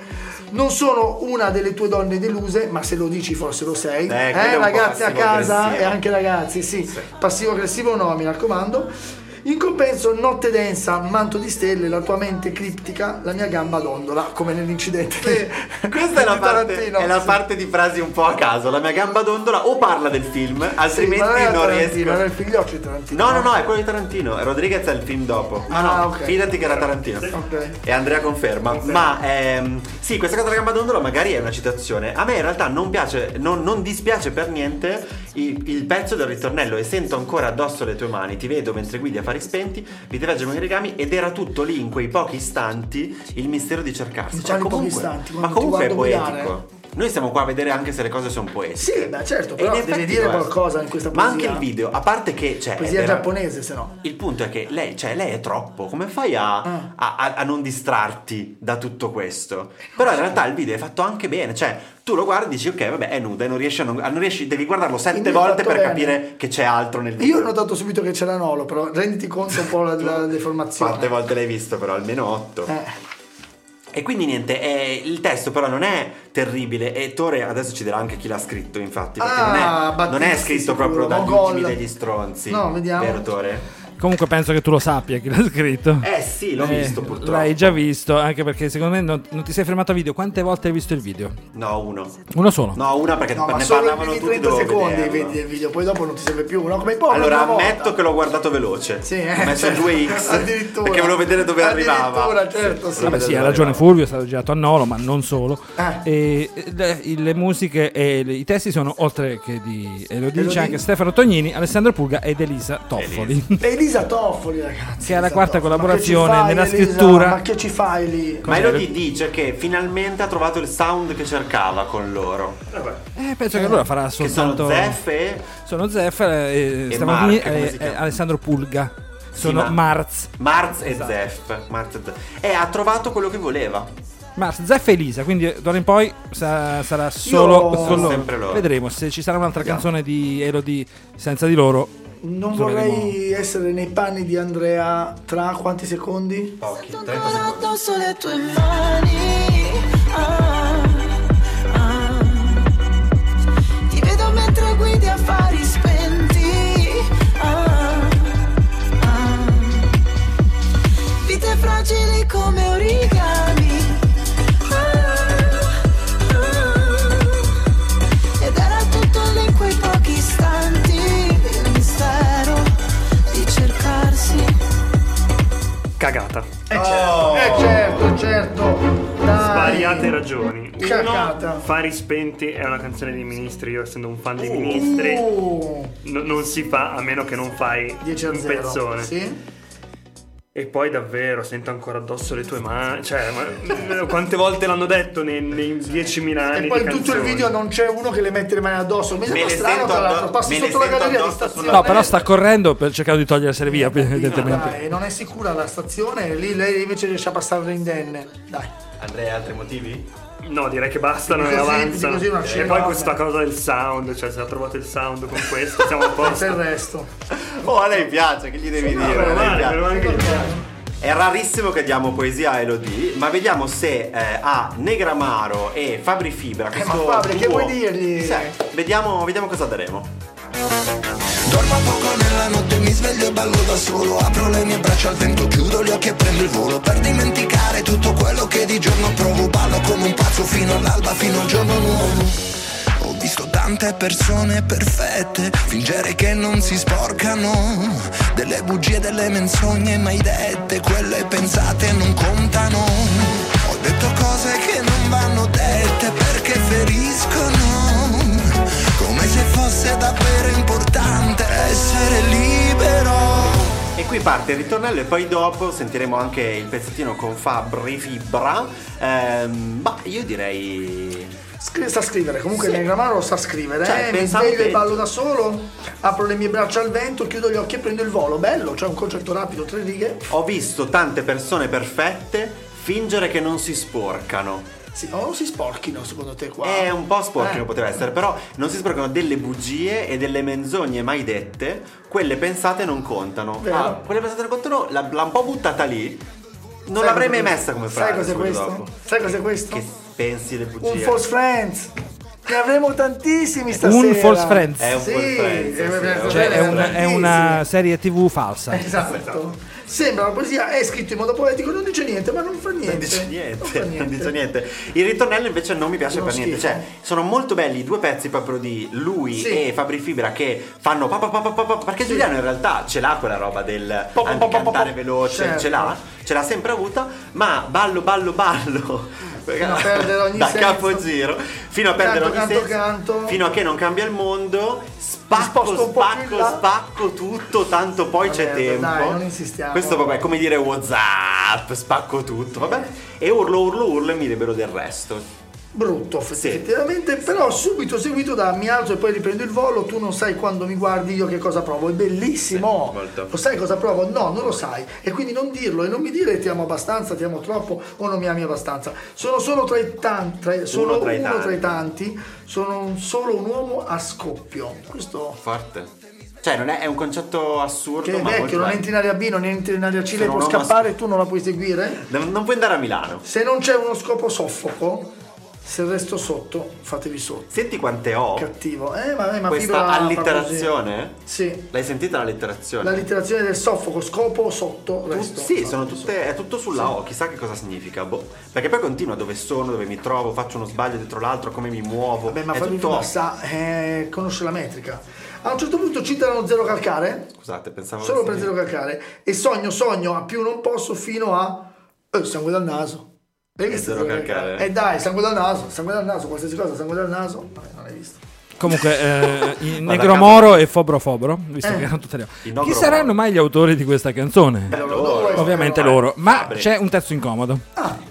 Non sono una delle tue donne deluse, ma se lo dici forse lo sei.
Eh, quello è un po'
ragazzi a casa
passivo-aggressivo.
e anche ragazzi, sì. Passivo aggressivo no, mi raccomando. In compenso, notte densa, manto di stelle, la tua mente criptica, la mia gamba dondola, come nell'incidente. di-
Questa è la,
di
parte,
Tarantino.
è la
Sì.
parte di frasi un po' a caso. La mia gamba dondola o parla del film, altrimenti
Sì, ma
non,
era Tarantino, Era
riesco.
il figlioccio di Tarantino.
No, no, no, è quello di Tarantino. Rodriguez è il film dopo. Ah, no,
Ah, ok.
fidati che era Tarantino.
Ok.
E Andrea conferma. Ma ehm, sì, questa cosa della gamba dondola magari è una citazione. A me in realtà non piace, non, non dispiace per niente i- il, pezzo del ritornello. E sento ancora addosso le tue mani. Ti vedo mentre guidi a fari spenti, vi ti vedo con i regami. Ed era tutto lì in quei pochi istanti il mistero di cercarsi.
In
Cioè,
quali Diciamo pochi
comunque,
istanti?
ma
Quando ti
comunque è
guardo guidare?
poetico. Noi siamo qua a vedere anche se le cose sono poetiche.
Sì, ma certo,
E
però
in
deve
effetti
dire
lo è. eh.
qualcosa in questa
Ma anche
poesia.
il video, a parte che cioè, è
Poesia
vera-
giapponese, se no.
il punto è che lei, cioè, lei è troppo. Come fai a,
Ah.
a- a- a non distrarti da tutto questo? Però in realtà il video è fatto anche bene. Cioè, tu lo guardi e dici, ok, vabbè, è nuda e non riesci a non, a- non riesci, devi guardarlo
Quindi
sette
è
volte
fatto
per
bene.
capire che c'è altro nel video.
Io ho notato subito che c'era Nolo, però renditi conto un po' la, la deformazione.
Quante volte l'hai visto, però? Almeno otto.
Eh,
E quindi niente, eh, il testo però non è terribile e Tore adesso ci dirà anche chi l'ha scritto infatti, perché
Ah,
non, è, non è
Battisti
scritto
sicuro,
proprio dagli
Mogol.
ultimi degli stronzi.
No, vediamo.
Vero Tore?
Comunque penso che tu lo sappia chi l'ha scritto.
Eh sì, l'ho visto purtroppo.
L'hai già visto, anche perché secondo me non, non ti sei fermato a video. Quante volte hai visto il video?
No, uno.
Uno solo.
No, una perché
No, ma
ne
solo i
parlavano
primi
tutti
30
dovevo
secondi
vederlo.
vedi il video, poi dopo non ti serve più, no? Come i poveri
Allora
una volta.
ammetto che l'ho guardato veloce.
Sì, eh,
Ho messo
certo.
2x
Addirittura.
perché volevo vedere dove arrivava.
Addirittura, certo, sì.
Vabbè, sì, ha ragione Fulvio, è stato girato a Nolo, ma non solo.
Ah.
E, eh, le, le musiche e le- i testi sono, oltre che di Elodie, c'è
Elodie.
anche Stefano Tognini, Alessandro Pulga ed Elisa Toffoli.
Elisa Toffoli, ragazzi.
Che è la
Elisa
quarta
Toffoli. Ma
collaborazione
che ci fai,
nella
Elisa?
scrittura.
Ma che ci fai lì?
Ma Elodie dice che finalmente ha trovato il sound che cercava con loro.
Eh, penso che allora farà
Che sono
soltanto...
Zeff e
Sono Zeff, eh,
E
Stefano
Mark,
Tognini
come
e-
si
e
chiama?
Alessandro Pulga. Sono
ma-
Marz.
Marz e
Esatto.
Zeff. Marz e Zeff. E ha trovato quello che voleva.
Marz, Zeff e Elisa, quindi d'ora in poi sa- sarà solo
Io-
con loro.
Sempre loro.
Vedremo se ci sarà un'altra canzone di Elodie senza di loro.
Non
Lo
vorrei
vedremo.
essere nei panni di Andrea tra quanti secondi?
Pochi, 30
ancora
secondi.
addosso le tue mani. ah, ah. Ti vedo mentre guidi affari spenti. ah, ah. Vite fragili come origami. ah, ah. Ed era tutto lì in quei pochi istanti. Il mistero di cercarsi.
Cagata.
Eh certo, eh certo, certo. Dai. Uh,
Variate ragioni.
Cagata.
Uno, Fari spenti è una canzone dei ministri. Io essendo un fan dei ministri,
Uh,
no- non si fa a meno che non fai
10 a
un
0.
pezzone.
Sì?
E poi davvero sento ancora addosso le tue mani. Cioè, ma, quante volte l'hanno detto nei, nei 10.000 anni?
E poi
di
in tutto il
canzoni?
video non c'è uno che le mette le mani addosso. Mi sembra
le
strano,
sento
tra l'altro.
addosso-
Passi
me le
sotto la
sento
galleria di
addosso sulla-
stazione.
No, però sta correndo per cercare di togliersene via, evidentemente.
Dai, non è sicura la stazione, lì lei invece riesce a passarla indenne. Dai.
Andrea, altri motivi?
No, direi che bastano
Così,
e avanzano.
così non
E
scende.
poi questa cosa del sound, cioè se ha trovato il sound con questo, siamo a
Per il
posto.
resto.
Oh, a lei piace, che gli devi dire? A
Meno
lei
male,
piace.
meno male che-
È rarissimo che diamo poesia a Elodie, ma vediamo se eh, a Negramaro e Fabri Fibra.
Eh, ma
questo
Fabri, che
duo-
vuoi dirgli?
Sì, vediamo, vediamo cosa daremo.
Dormo poco nella notte, mi sveglio e ballo da solo Apro le mie braccia al vento, chiudo gli occhi e prendo il volo Per dimenticare tutto quello che di giorno provo Ballo come un pazzo fino all'alba, fino al giorno nuovo Ho visto tante persone perfette Fingere che non si sporcano Delle bugie, delle menzogne mai dette Quelle pensate non contano Ho detto cose che non vanno dette Perché feriscono come se fosse davvero importante essere libero.
E qui parte il ritornello e poi dopo sentiremo anche il pezzettino con Fabri Fibra. Ehm, ma io direi...
Scri- sta a scrivere, comunque il Negramaro sa scrivere.
Cioè,
eh, mi
pensavo
sveglio
che-
e ballo da solo, apro le mie braccia al vento, chiudo gli occhi e prendo il volo. Bello, c'è un concerto rapido, tre righe.
Ho visto tante persone perfette fingere che non si sporcano.
Sì, o si sporchino secondo te qua?
È un po' sporchino
Eh.
poteva essere, però non si sporcano delle bugie e delle menzogne mai dette, quelle pensate non contano.
Vero.
Ah, quelle pensate non contano, la- l'ha un po' buttata lì. Non
Sai
l'avrei
cos'è
mai
questo?
messa come frase.
Sai cos'è
subito
questo?
dopo.
Sai cos'è questo?
Che pensi le bugie?
Un false friends. Ne avremo tantissimi stasera.
Un false friends.
È un
Sì,
false friends,
eh,
sì,
vabbè,
è un-
Cioè, è, un- è una serie TV falsa.
Esatto. Sembra una poesia, è scritto in modo poetico, non dice niente, ma non fa niente.
Non dice niente,
fa
non dice niente. Il ritornello invece non mi piace
Uno
per niente.
schifo.
Cioè, sono molto belli i due pezzi proprio di lui
Sì.
e Fabri Fibra che fanno pa, pa, pa, pa, pa, pa, perché Giuliano in realtà ce l'ha quella roba del
Pa, pa,
anche
pa, pa, pa,
cantare
pa.
veloce,
Certo.
ce l'ha, ce l'ha sempre avuta, ma ballo ballo ballo.
Fino a perdere ogni
da
senso.
capogiro fino a perdere
Canto,
ogni senso
canto, canto.
fino a che non cambia il mondo
sposto
spacco
un po' più in
spacco
là.
spacco tutto tanto poi
Vabbè,
c'è tempo
dai, non insistiamo.
questo vabbè è come dire whatsapp spacco tutto vabbè e urlo urlo urlo e mi libero del resto
Brutto effettivamente, però subito seguito da mi alzo e poi riprendo il volo, tu non sai quando mi guardi io che cosa provo, è bellissimo.
Sì, molto.
lo sai cosa provo? No, non lo sai. E quindi non dirlo e non mi dire ti amo abbastanza, ti amo troppo o non mi ami abbastanza. Sono solo tra i tanti, sono uno,
tra
tra
i tanti.
i, tanti, sono un- solo un uomo a scoppio. Questo
forte cioè non è, è un concetto assurdo
che è
ma
vecchio,
molto
non
bello.
entri in area B, non entri in area C, lei
Sono
può
un uomo a
scappare e tu non la puoi seguire.
non, non puoi andare a Milano
Se non c'è uno scopo soffoco, Se il resto sotto, fatevi sotto.
Senti quante ho.
Cattivo. Eh, ma, eh, ma
Oh. Questa
Fibra fa
allitterazione?
così. Sì.
L'hai sentita l'allitterazione?
La letterazione del soffo, scopo, sotto,
Tu-
resto.
Sì,
Sotto,
sono
sotto.
tutte, è tutto sulla O, chissà che cosa significa, boh. Perché poi continua dove sono, dove mi trovo, faccio uno sbaglio dietro l'altro, come mi muovo.
Beh, ma
è
Fabio
tutto O.
Fibra sa, eh, conosce la metrica. A un certo punto citano zero calcare,
Scusate, pensavo...
solo
avessi-
per zero calcare, e sogno, sogno, a più non posso fino a... Eh, sangue dal naso. Hai visto
zero calcare?
E dai, sangue dal naso, sangue dal naso, qualsiasi cosa, sangue dal naso. Vabbè, non l'hai visto.
Comunque, eh, i
Guarda,
Negromoro e Fobro Fobro, visto
Eh.
che erano tutte le...
I Nogromoro.
Chi saranno mai gli autori di questa canzone?
Eh.
Loro.
Ovviamente
loro.
loro, ma
Ah,
Fabri.
c'è un terzo incomodo.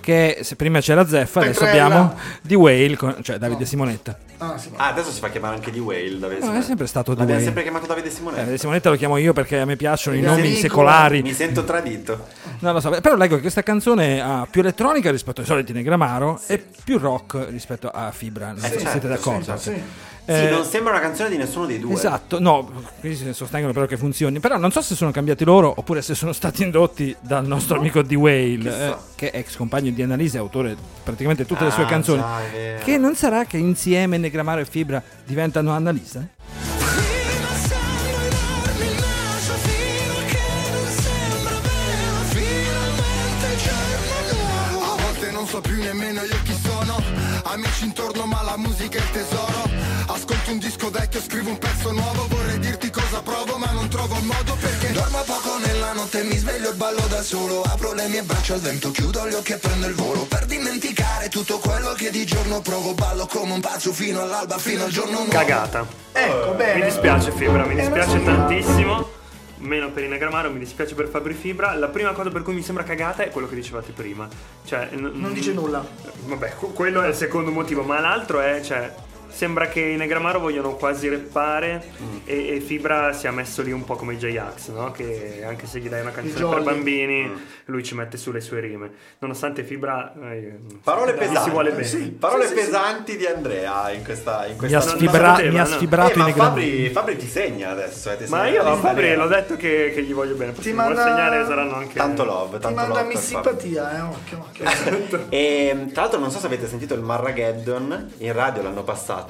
Che se prima c'era Zeffa, adesso
Petrella.
abbiamo di Whale, con- cioè Davide Simonetta.
Ah, sì, ma...
Ah, adesso si fa chiamare anche di Whale, Davide
No, Eh, è
Simonetta.
sempre stato di
L'abbiamo
Whale. Eh,
sempre chiamato Davide Simonetta.
Davide Simonetta lo chiamo io perché a me piacciono i
Federico.
nomi secolari.
Mi sento tradito.
Non lo so, però leggo che questa canzone ha più elettronica rispetto ai soliti Negramaro e più rock rispetto a Fibra. Non so se
certo,
Eh, siete d'accordo?
Eh, sì, sì.
Sì,
Eh,
non sembra una canzone di nessuno dei due.
Esatto, no, qui si sostengono però che funzioni, però non so se sono cambiati loro oppure se sono stati indotti dal nostro amico D. Whale, eh, che è ex compagno di Annalisa e autore di praticamente tutte le sue
Ah,
canzoni,
già, è vero.
che non sarà che insieme Negramaro e Fibra diventano Annalisa?
Prima sai rovinarmi il naso fino a che non sembra vero Finalmente c'è il nuovo
A volte non so più nemmeno io chi sono Amici intorno ma la musica è il tesoro Ascolto un disco vecchio, scrivo un pezzo nuovo Vorrei dirti cosa provo ma non trovo il modo perché
Dormo poco nella notte, mi sveglio e ballo da solo Apro le mie braccia al vento, chiudo gli occhi e prendo il volo Per dimenticare tutto quello che di giorno provo Ballo come un pazzo fino all'alba, fino al giorno nuovo
Cagata.
Ah,
Ecco,
eh,
Mi
bene.
dispiace Fibra, mi
Eh, non
dispiace
so.
tantissimo. Meno per Ina Gramaro, mi dispiace per Fabri Fibra. La prima cosa per cui mi sembra cagata è quello che dicevate prima. Cioè,
Non dice nulla.
Vabbè, que- quello è il secondo motivo, ma l'altro è, cioè, sembra che i Negramaro vogliono quasi reppare
Mm.
e, e Fibra si è messo lì un po' come J-Ax, no? Che anche se gli dai una canzone per
jolly.
bambini,
Mm.
lui ci mette su le sue rime. Nonostante Fibra... eh,
Parole
gli
pesanti. Eh,
Si vuole bene.
Parole pesanti di Andrea in questa... In
Mi
questa
ha,
non- non
sfibra-
poteva,
mi ha
no.
sfibrato
Eh,
i
ma
Negramaro.
Fabri, Fabri ti segna adesso. Eh, ti
Ma
segna
io a
lista
Fabri
nera.
l'ho detto che, che gli voglio bene, perché
Ti
mi vuol
manda-
segnare saranno anche...
Tanto love,
Ti
tanto love.
manda mi
per
simpatia, eh, occhio, occhio.
Fabri. E Ehm, tra l'altro non so se avete sentito il Marrageddon, in radio l'hanno passato,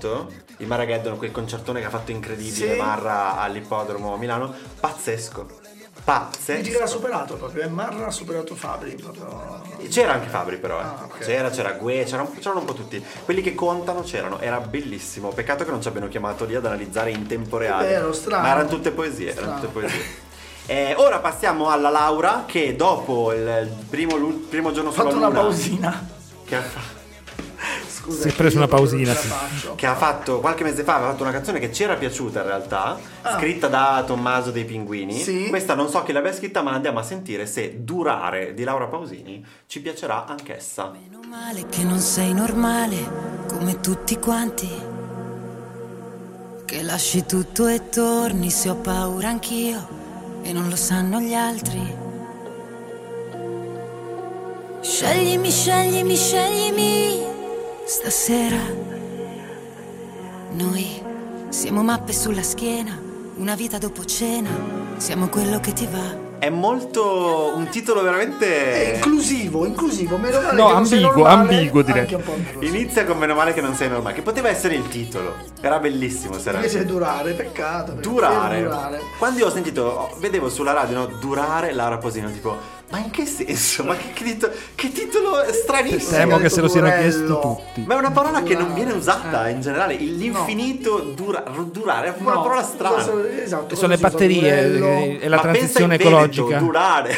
il Marrageddon, quel concertone che ha fatto incredibile
Sì.
Marra all'ippodromo a Milano, pazzesco,
Dici che
pazzesco.
l'ha superato proprio, eh, Marra ha superato Fabri proprio.
C'era anche Fabri però, eh.
Ah, ok.
c'era, c'era Gue, c'era un- c'erano un po' tutti, quelli che contano c'erano, era bellissimo, peccato che non ci abbiano chiamato lì ad analizzare in tempo reale,
vero, Eh strano.
ma erano tutte poesie, erano
Strano.
tutte poesie. Eh, ora passiamo alla Laura che dopo il primo, l'ul- primo giorno
Ho
sulla
fatto una
luna
pausina.
che ha fatto
Scusa.
Si è preso una
io non ce
pausina,
la
sì.
faccio.
che ha fatto qualche mese fa aveva fatto una canzone che ci era piaciuta in realtà scritta da Tommaso dei Pinguini
Ah. Sì.
questa non so chi l'abbia scritta ma andiamo a sentire se Durare di Laura Pausini ci piacerà anch'essa
Meno male che non sei normale come tutti quanti. Che lasci tutto e torni se ho paura anch'io e non lo sanno gli altri. Sceglimi, sceglimi, sceglimi stasera. Noi siamo mappe sulla schiena, una vita dopo cena, siamo quello che ti va.
è molto un titolo
È
veramente
inclusivo, inclusivo, meno male
No,
che non sei
ambiguo,
normale,
ambiguo, direi.
anche un po' inclusivo.
inizia con meno male che non sei normale che poteva essere il titolo era bellissimo se era
Invece è durare, peccato. perché
Durare.
per durare.
Quando io ho sentito, ho- vedevo sulla radio, no, durare Laura Posino, tipo, ma in che senso? Ma che, che titolo, che titolo stranissimo!
Temo che
detto
se lo siano
Durello.
chiesti tutti.
Ma è una parola che non
Durare.
viene usata in generale, l'infinito dura- durare è una
eh. No,
parola strana.
cosa-
Sono le
Esatto, cosa si usa?
batterie eh,
Durello.
e la
Ma pensa in
transizione
Veneto,
ecologica.
durare.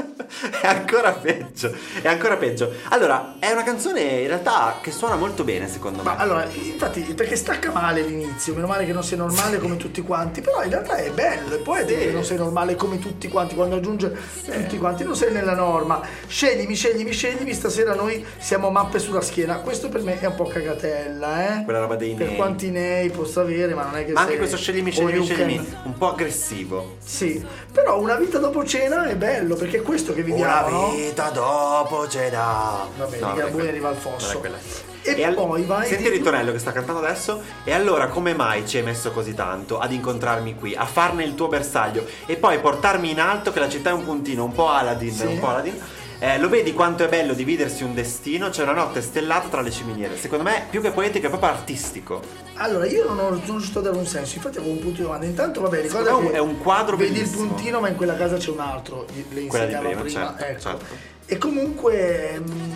è ancora peggio, è ancora peggio. Allora, è una canzone in realtà che suona molto bene secondo
Ma
me.
allora, infatti, perché stacca male l'inizio, meno male che non sei normale come tutti quanti, però in realtà è bello, e poi è detto che non sei normale come tutti quanti, quando aggiunge tutti quanti, non sei nella norma, sceglimi, sceglimi, sceglimi, stasera noi siamo mappe sulla schiena, questo per me è un po' cagatella, eh?
Quella roba dei
Per
nei.
quanti nei posso avere, ma non è che
Ma anche
sei-
questo sceglimi,
o
sceglimi,
you can-
sceglimi, un po' aggressivo.
Sì, però una vita dopo cena è bello, perché è questo che
Una
viviamo, no?
vita dopo c'è da.
Vabbè,
No,
di Gabue
quella-
arriva al fosso.
non è quella.
E,
al-
poi vai...
Senti
di-
il ritornello che sta cantando adesso. E allora, come mai ci hai messo così tanto ad incontrarmi qui, a farne il tuo bersaglio e poi portarmi in alto che la città è un puntino, un po' Aladdin, un po' Aladdin. Eh, lo vedi quanto è bello dividersi un destino? C'è una notte stellata tra le ciminiere. Secondo me, più che poetico, è proprio artistico.
Allora, io non ho non riuscito a dare un senso, infatti avevo un punto di domanda. Intanto, vabbè, ricorda
Secondo me
che
è un quadro
Vedi
bellissimo.
il puntino, ma in quella casa c'è un altro, gli- le
Quella di
insegnava prima.
prima, certo,
ecco.
certo.
E comunque. mm,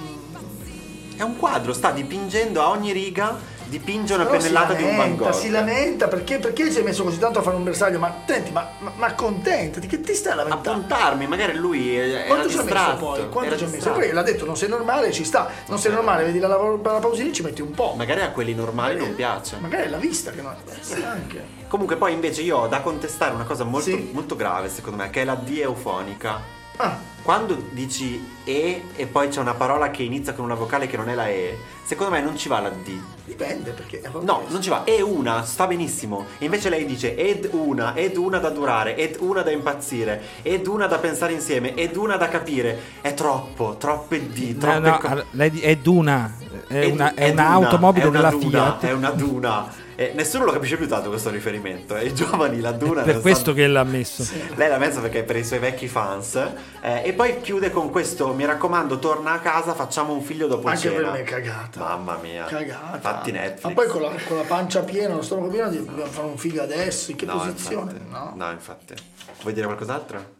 È un quadro, sta dipingendo a ogni riga, dipinge una
però
pennellata
si
di un Van
lamenta,
Gogh.
si lamenta perché, perché ci hai messo così tanto a fare un bersaglio? Ma attenti, ma, ma, ma contentati, che ti stai
a
lamentando?
puntarmi, magari lui è- era
Quanto ci ha messo
distratto.
poi? Quanto
era
ci ha messo?
distratto.
Poi l'ha detto, non sei normale, ci sta. Non sei normale, vedi la, la, la pausina ci metti un po'.
Magari a quelli
Eh.
normali non piace.
Magari è la vista che non Beh, sì, anche.
Comunque poi invece io ho da contestare una cosa molto,
Sì.
molto grave secondo me, che è la D eufonica.
Ah,
Quando dici E e poi c'è una parola che inizia con una vocale che non è la E, secondo me non ci va la D.
dipende perché.
No, non ci va. E una, sta benissimo. E invece lei dice ed una, ed una da durare, ed una da impazzire, ed una da pensare insieme, ed una da capire. È troppo, troppe D,
No,
troppe
Eh, no,
co-
allora, lei di- è Duna, è,
Ed-
una, è
ed
un'automobile
è una
della
duna,
Fiat.
È una duna. E nessuno lo capisce più tanto questo riferimento. eh. I giovani, la duna.
per
non
questo
sanno-
che l'ha messo.
Lei l'ha messo perché è per i suoi vecchi fans. eh, e poi chiude con questo: mi raccomando, torna a casa, facciamo un figlio dopo
Anche
cena.
per me è cagata.
Mamma mia.
Cagata.
Fatti Netflix.
Ma poi con la, con la pancia piena, lo stomaco pieno, di- dobbiamo fare un figlio adesso. In che
No,
posizione?
infatti.
No?
No, infatti. Vuoi dire qualcos'altro?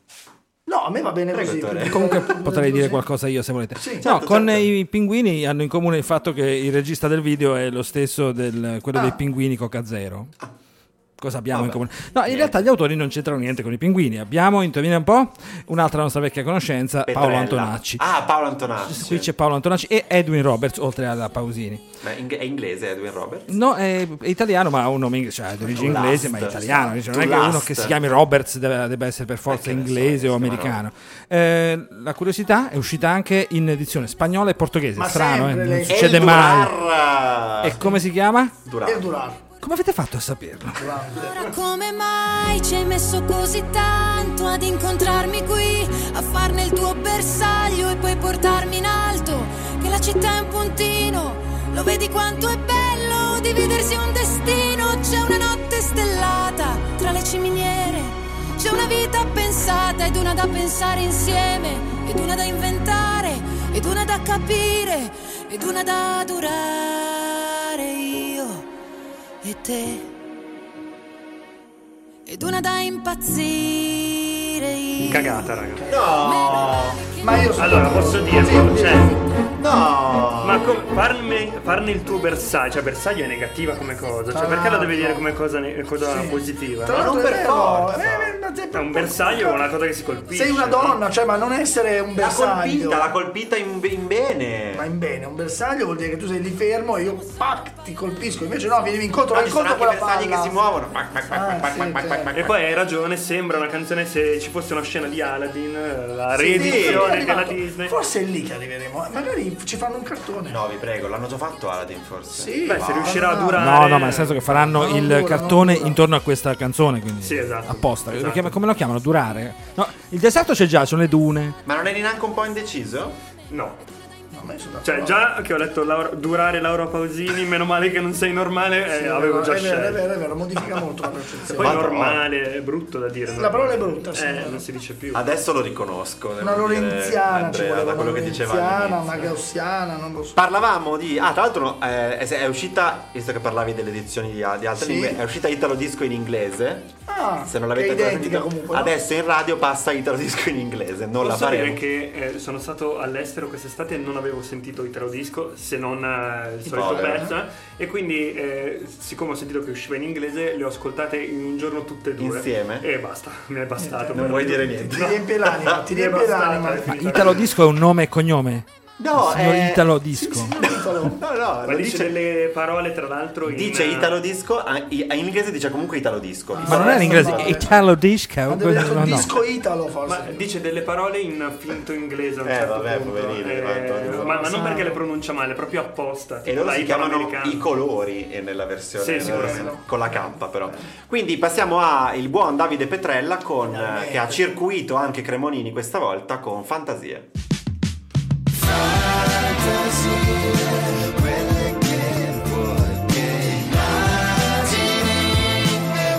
No, a me va bene
Prego,
così.
Ettore.
perché-
Comunque
perché-
potrei dire
così.
qualcosa io se volete.
Sì,
no,
certo,
con
certo.
i pinguini hanno in comune il fatto che il regista del video è lo stesso del quello
Ah.
dei pinguini Coca Zero. Cosa abbiamo in comune? No, in realtà gli autori non c'entrano niente con i pinguini. Abbiamo, indovina un po', un'altra nostra vecchia conoscenza, Paolo
Petrella.
Antonacci.
Ah, Paolo Antonacci.
Qui c'è Paolo Antonacci e Edwin Roberts, oltre alla Pausini.
Ma è ing- è inglese Edwin Roberts?
No, è, è italiano, ma ha un nome inglese, cioè è di origine
To
inglese,
last,
ma è italiano.
to
cioè, non è che uno
last.
che si chiami Roberts deve- debba essere per
Eh,
forza
che ne so,
inglese o
si chiama
americano. Eh, la curiosità è uscita anche in edizione spagnola e portoghese.
Ma
Strano, eh,
sempre
non
lei-
succede
El
mai. Ecco.
Durar.
E come si chiama?
Durar.
Per durare.
Come avete fatto a saperlo?
Allora come mai ci hai messo così tanto ad incontrarmi qui, a farne il tuo bersaglio e poi portarmi in alto, che la città è un puntino, lo vedi quanto è bello dividersi un destino, c'è una notte stellata tra le ciminiere, c'è una vita pensata ed una da pensare insieme, ed una da inventare, ed una da capire, ed una da durare io e te ed una da impazzire io.
Cagata, raga.
Ma io sono.
Allora, posso dirlo? Cioè,
No.
Ma com- farne, farne il tuo bersaglio, cioè bersaglio è negativa come cosa, cioè perché la devi dire come cosa, ne- cosa positiva?
Ah, Tra
no?
l'altro
non
è
per
vero,
forza.
eh, eh, ma sei-
È un bersaglio è una cosa che si colpisce.
Sei una donna, cioè, ma non essere un
L'ha
bersaglio.
colpita, l'ha colpita in, in bene.
Ma in bene, un bersaglio vuol dire che tu sei lì fermo e io pac, ti colpisco. Invece no, vieni incontro, vai
ci sono
incontro
anche
con la
bersagli
palla.
che si muovono. Mac, mac, mac,
Ah,
mac,
sì,
mac, mac,
certo.
mac,
E poi hai ragione, sembra una canzone se ci fosse una scena di Aladdin, eh, la
Sì,
riedizione
sì,
della
arrivato.
Disney.
Forse è lì che arriveremo. eh, Magari ci fanno un cartone.
No, vi prego, l'hanno già fatto Aladdin forse.
Sì,
Beh, se
ma-
riuscirà a
no.
durare...
No, no, ma nel senso che faranno
non
il
dura, non
cartone
dura.
intorno a questa canzone, quindi
Sì, esatto.
apposta. Lo
Esatto.
chiama- come lo chiamano? Durare? No, il deserto c'è già, sono le dune.
Ma non eri neanche un po' indeciso?
No.
No, ma io sono d'accordo.
Cioè già che ho letto Laura- durare Laura Pausini, meno male che non sei normale, eh,
Sì,
avevo già
è vero, È
scelto.
vero, è vero, modifica molto la percezione.
Poi
Madonna.
normale, è brutto da dire.
La parola è brutta, sì.
Eh, non si dice più.
Adesso lo riconosco. devo
Una
dire,
lorenziana, ci
Andrea,
voleva
da
una
quello che diceva.
lorenziana,
all'inizio.
una gaussiana, non lo so.
Parlavamo di. Ah, tra l'altro eh, è è uscita, visto che parlavi delle edizioni di, di altre
Sì.
lingue, è uscita Italo Disco in inglese.
Ah,
Se non
che
l'avete
è
ancora
identica
sentito,
comunque. no?
adesso in radio passa Italo Disco in inglese, non la
Posso
faremo.
dire che eh, sono stato all'estero quest'estate e non avevo sentito Italo Disco se non eh, il solito
povero.
pezzo eh, e quindi eh, siccome ho sentito che usciva in inglese le ho ascoltate in un giorno tutte e due
Insieme?
e basta, mi è bastato.
Non vuoi dire niente.
Ti riempie l'anima, ti
Mi è
riempie
bastata,
l'anima.
è
Ma
finita.
Italo Disco è un nome e cognome?
No,
Il signor
eh,
Italo Disco.
Titolo.
No, no,
Ma
lo
dice,
dice,
delle parole tra l'altro in
dice Italo Disco, ah, i- in inglese dice comunque Italo Disco.
Ma non è in inglese,
Vale.
Italo Disco?
eh, Ma deve essere
No,
un
no.
disco italo
Ma
forse.
dice delle parole in finto inglese a un
Eh,
certo
vabbè,
punto.
poverino, Antonio.
ma, ma non perché le pronuncia male, proprio apposta.
E
tipo
loro
la
si chiamano
italoamericana.
i colori eh, nella versione
Sì,
nella
sicuramente.
versione con la K però. Quindi passiamo a il buon Davide Petrella con, eh, che ha circuito anche Cremonini questa volta con Fantasie.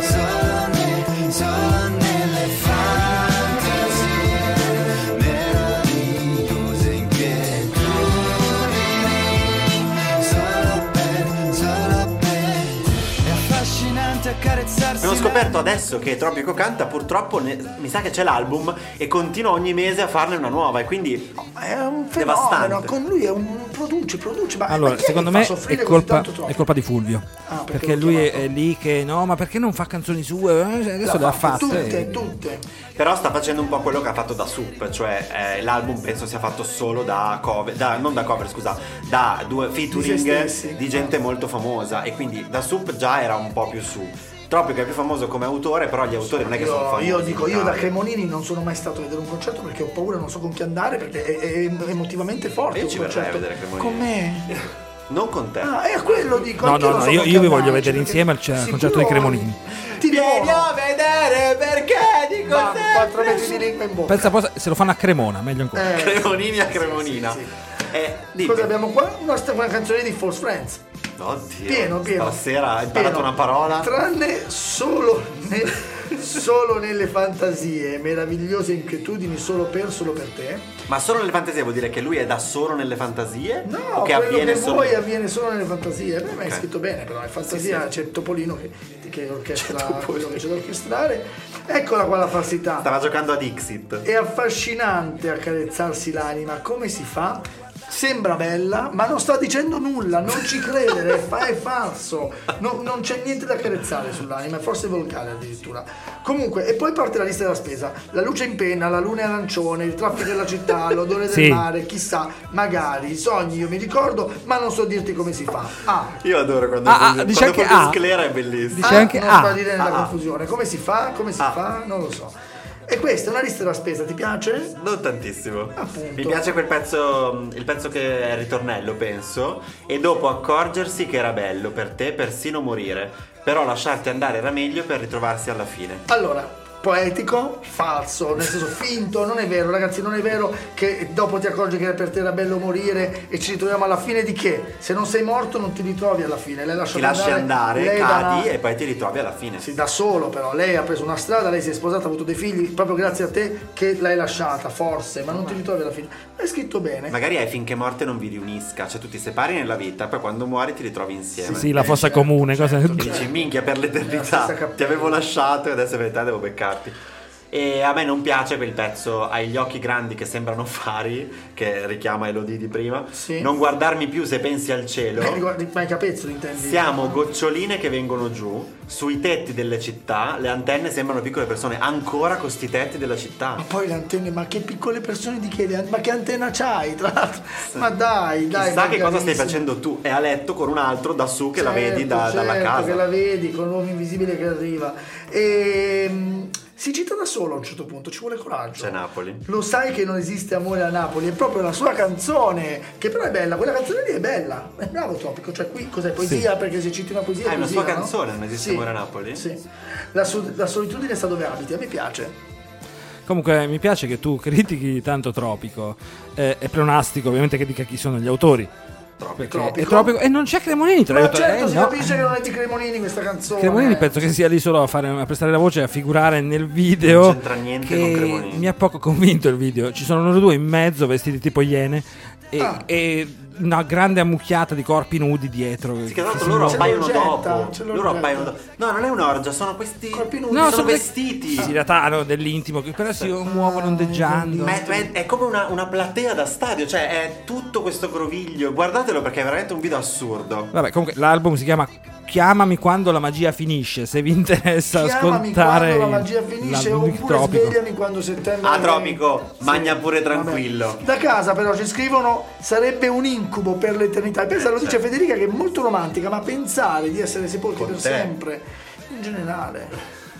Solo nelle fantasie meravigliose
Abbiamo scoperto adesso che Tropico Canta purtroppo ne- mi sa che c'è l'album e continua ogni mese a farne una nuova e quindi
È un fenomeno,
Devastante.
con lui è un produce, produce, ma ma
Allora,
chi è
secondo
che eh, fa
me
soffrire
è
così
colpa,
tanto Tropico?
è colpa di Fulvio.
Ah, perché
perché
l'ho
lui è,
chiamato.
è lì che no, ma perché non fa canzoni sue? Eh, Adesso le ha fatte.
Tutte, tutte.
però sta facendo un po' quello che ha fatto da Sup, cioè eh, l'album penso sia fatto solo da cover, da- non da cover scusa, da due
Di se
featuring
stessi.
di gente molto famosa e quindi da Sup già era un po' più su. Tropico è più famoso come autore, però gli autori non è che sono
Io,
famosi.
io dico, io da
dai.
Cremonini non sono mai stato a vedere un concerto perché ho paura, non so con chi andare perché è, è- è emotivamente forte.
Io
un
ci verrei
concerto.
a vedere Cremonini.
Con me?
Non con te.
Ah, è a quello dico.
No,
anch'io
no, no,
non so
io-
con
io
chi
vi voglio
andarci,
vedere
perché-
insieme al- al
Sì,
concerto dei
Pironi.
Cremonini.
Ti
a
dico.
vedere perché di
Quattro metri di lingua in bocca.
Pensa poi se- se lo fanno a Cremona, meglio ancora.
Eh,
Cremonini a Cremonina.
sì, sì,
Eh, dimmi.
Cosa abbiamo qua? Una, st- una canzone di False Friends.
Oddio.
Pieno, pieno.
Stasera hai
Pieno.
imparato una parola.
Tranne solo, ne- solo nelle fantasie, meravigliose inquietudini solo per, solo per te.
Ma solo nelle fantasie vuol dire che lui è da solo nelle fantasie?
No,
o che
quello
avviene
che
solo.
vuoi avviene solo nelle fantasie. Beh, ma è
Ok.
scritto bene, però è fantasia, c'è Topolino che, che orchestra quello che c'è da orchestrare. Eccola qua la falsità.
Stava giocando a Dixit.
È affascinante accarezzarsi l'anima, come si fa? Sembra bella, ma non sta dicendo nulla, non ci credere, fa- è falso. Non, non c'è niente da accarezzare sull'anima, è forse volgare addirittura. Comunque, e poi parte la lista della spesa. La luce in penna, la luna è arancione, il traffico della città, l'odore del
Sì.
mare, chissà, magari, i sogni, io mi ricordo, ma non so dirti come si fa. Ah,
Io adoro quando
Ah, ah,
quando
dice anche ah.
proprio sclera è bellissimo.
Dice-
Ah,
anche
non
ah.
sto a dire nella
Ah.
confusione. Come si fa? Come si
Ah.
fa? Non lo so. E questa è una lista della spesa, ti piace?
Non tantissimo.
Appunto.
Mi piace quel pezzo, il pezzo che è il ritornello, penso. E dopo accorgersi che era bello per te persino morire. Però lasciarti andare era meglio per ritrovarsi alla fine.
Allora, poetico, falso, nel senso finto, non è vero, ragazzi, non è vero che dopo ti accorgi che per te era bello morire e ci ritroviamo alla fine di che? Se non sei morto non ti ritrovi alla fine, lei lascia
Ti lasci andare,
lei da-
cadi e poi ti ritrovi alla fine.
sì, da solo però, lei ha preso una strada, lei si è sposata, ha avuto dei figli, proprio grazie a te che l'hai lasciata, forse, ma non ti ritrovi alla fine. È scritto bene.
Magari è finché morte non vi riunisca, cioè tu ti separi nella vita, poi quando muori ti ritrovi insieme.
Eh,
Sì, la fossa comune,
certo,
cosa
E dici, minchia, per
La
l'eternità
stessa
ti avevo lasciato e adesso per te devo beccarti. E a me non piace quel pezzo Hai gli occhi grandi che sembrano fari, che richiama Elodie di prima.
Sì.
Non guardarmi più se pensi al cielo.
Eh, riguardi- ma i capezzoli intendi?
Siamo goccioline che vengono giù, sui tetti delle città, le antenne sembrano piccole persone, ancora con sti tetti della città.
Ma poi le antenne, ma che piccole persone di che? Ma che antenna c'hai? Tra l'altro, ma dai, dai.
Chissà che cosa stai
volgarissimo.
facendo tu, è a letto con un altro da su che la vedi da-
Certo,
dalla
certo,
casa.
che la vedi con l'uomo invisibile che arriva. Ehm, si cita da solo a un certo punto, ci vuole coraggio.
C'è Napoli.
Lo sai che non esiste amore a Napoli, è proprio la sua canzone, che però è bella, quella canzone lì è bella. È bravo Topico, cioè qui cos'è poesia? Perché se citi una poesia...
Ah, è una
poesia,
sua
no?
canzone, non esiste amore a Napoli?
Sì. La, sol- la solitudine sta dove abiti, a me piace.
Comunque mi piace che tu critichi tanto Tropico. Eh, è pleonastico, ovviamente, che dica chi sono gli autori. Perché
Tropico.
È tropico. E non c'è Cremonini tra gli
Ma
autori.
certo,
Eh,
si
no.
capisce che non è di Cremonini questa canzone.
Cremonini penso che sia lì solo a, fare, a prestare la voce e a figurare nel video.
Non c'entra niente
che
con Cremonini.
Mi ha poco convinto il video. Ci sono loro due in mezzo vestiti tipo iene e,
Ah.
e una grande ammucchiata di corpi nudi dietro.
Sì, che tra l'altro loro
C'è
appaiono
l'orgetta,
dopo.
c'è
Loro
l'orgetta.
appaiono dopo. No, non è un'orgia, sono questi.
Corpi nudi.
No, sono,
dei-
vestiti.
Sì, in realtà hanno dell'intimo, che però si muovono ondeggiando.
Ma è, ma è- è come una, una platea da stadio, cioè è tutto questo groviglio. Guardatelo perché è veramente un video assurdo.
Vabbè, comunque l'album si chiama Chiamami quando la magia finisce. Se vi interessa
Chiamami
ascoltare
quando la
il-
magia finisce
l'album di
oppure
Tropico.
svegliami quando settembre
Ah, Tropico, magna pure
vabbè.
tranquillo.
da casa però ci scrivono sarebbe un incubo per l'eternità E
Eh,
pensa lo dice Federica che è molto romantica ma pensare di essere sepolti
certo. Con
per
te.
sempre in generale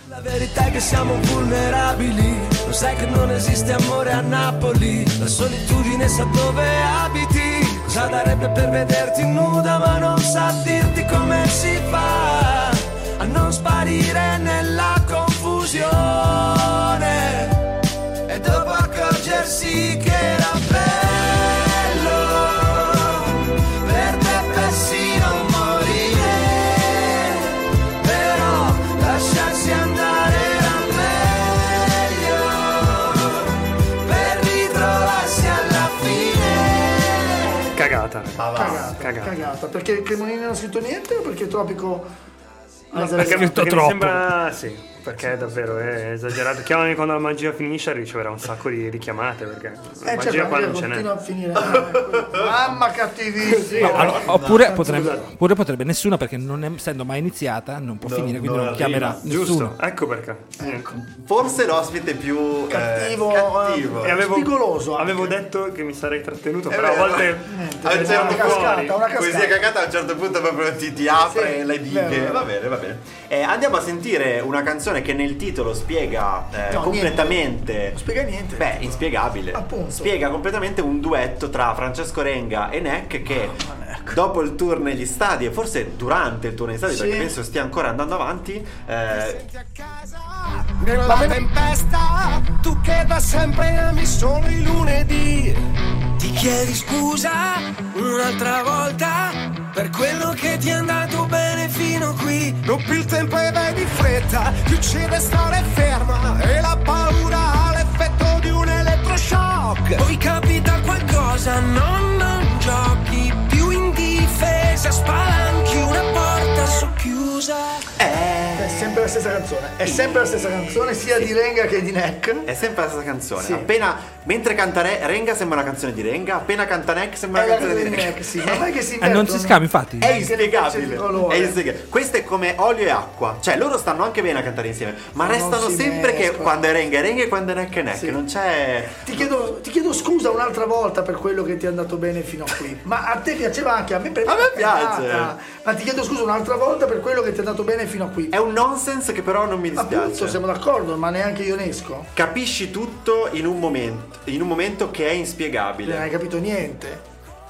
La verità è che siamo vulnerabili, lo sai che non esiste amore a Napoli, la solitudine sa dove abiti, cosa darebbe per vederti nuda ma non sa dirti come si fa a non sparire nella confusione e dopo accorgersi che era bello, per te persino morire però lasciarsi andare era meglio per ritrovarsi alla fine.
Cagata.
Ma Ah, va.
cagata,
cagata.
cagata perché Cremonini non ha scritto niente o perché Tropico L'hai
perché, Esatto,
scritto
perché
troppo.
mi sembra sì perché davvero è esagerato chiamami quando la magia finisce riceverà un sacco di richiamate perché la
Eh,
magia
certo,
qua
perché
non ce n'è
continua a finire. eh. Mamma cattivissima.
No, allora, oppure, potrebbe, oppure potrebbe nessuna perché non essendo mai iniziata non può finire quindi non, chiamerà nessuno
giusto ecco perché
Forse l'ospite più eh,
Cattivo,
cattivo.
eh, spigoloso anche. Eh.
avevo detto che mi sarei trattenuto però
vero.
a volte
A un certo
una
punto-
cascata, una cascata.
Poesia cacata a un certo punto proprio ti, ti apre
Sì,
le dighe.
vero.
Va bene, va bene. Eh, andiamo a sentire una canzone che nel titolo spiega eh,
No,
completamente.
Non spiega niente.
Beh, inspiegabile.
Appunto.
Spiega completamente un duetto tra Francesco Renga e Neck che
Ah,
dopo il tour negli stadi e forse durante il tour negli stadi,
Sì.
perché penso stia ancora andando avanti, eh,
Nella tempesta, tu che da sempre ami solo i lunedì.
Ti chiedi scusa un'altra volta per quello che ti è andato bene fino qui.
Rompi il tempo e vai di fretta, ti uccide stare ferma e la paura ha l'effetto di un elettroshock.
Poi capita qualcosa, non, non giochi più in difesa, spalanchi una porta socchiusa.
È sempre la stessa canzone. È sempre la stessa canzone, sia di Renga che di Neck.
è sempre la stessa canzone.
Sì.
Appena, mentre canta Re- Renga sembra una canzone di Renga, appena canta Neck sembra
È
una
la
canzone
canzone
di
di
Neck.
Neck, sì. certo, Ma mai che si
Eh, non si
invertono.
scambi infatti
È
Anche
inspiegabile.
le facce di colore.
È inspiegabile. Questo è come olio e acqua. Cioè, loro stanno anche bene a cantare insieme, ma
Ma non
restano
si
sempre che
mescolano.
quando è renga, è renga e quando è neck, è neck.
Sì.
Non c'è.
Ti chiedo, ti chiedo scusa un'altra volta per quello che ti è andato bene fino a qui. Ma a te piaceva anche, a me per
A me
è
piace.
piaciuta. Ma ti chiedo scusa un'altra volta per quello che ti è andato bene fino a qui.
È un nonsense che però non mi
Appunto,
Eh, dispiace.
siamo d'accordo, ma neanche io ne esco.
Capisci tutto in un momento, in un momento che è
Non hai
inspiegabile.
capito niente.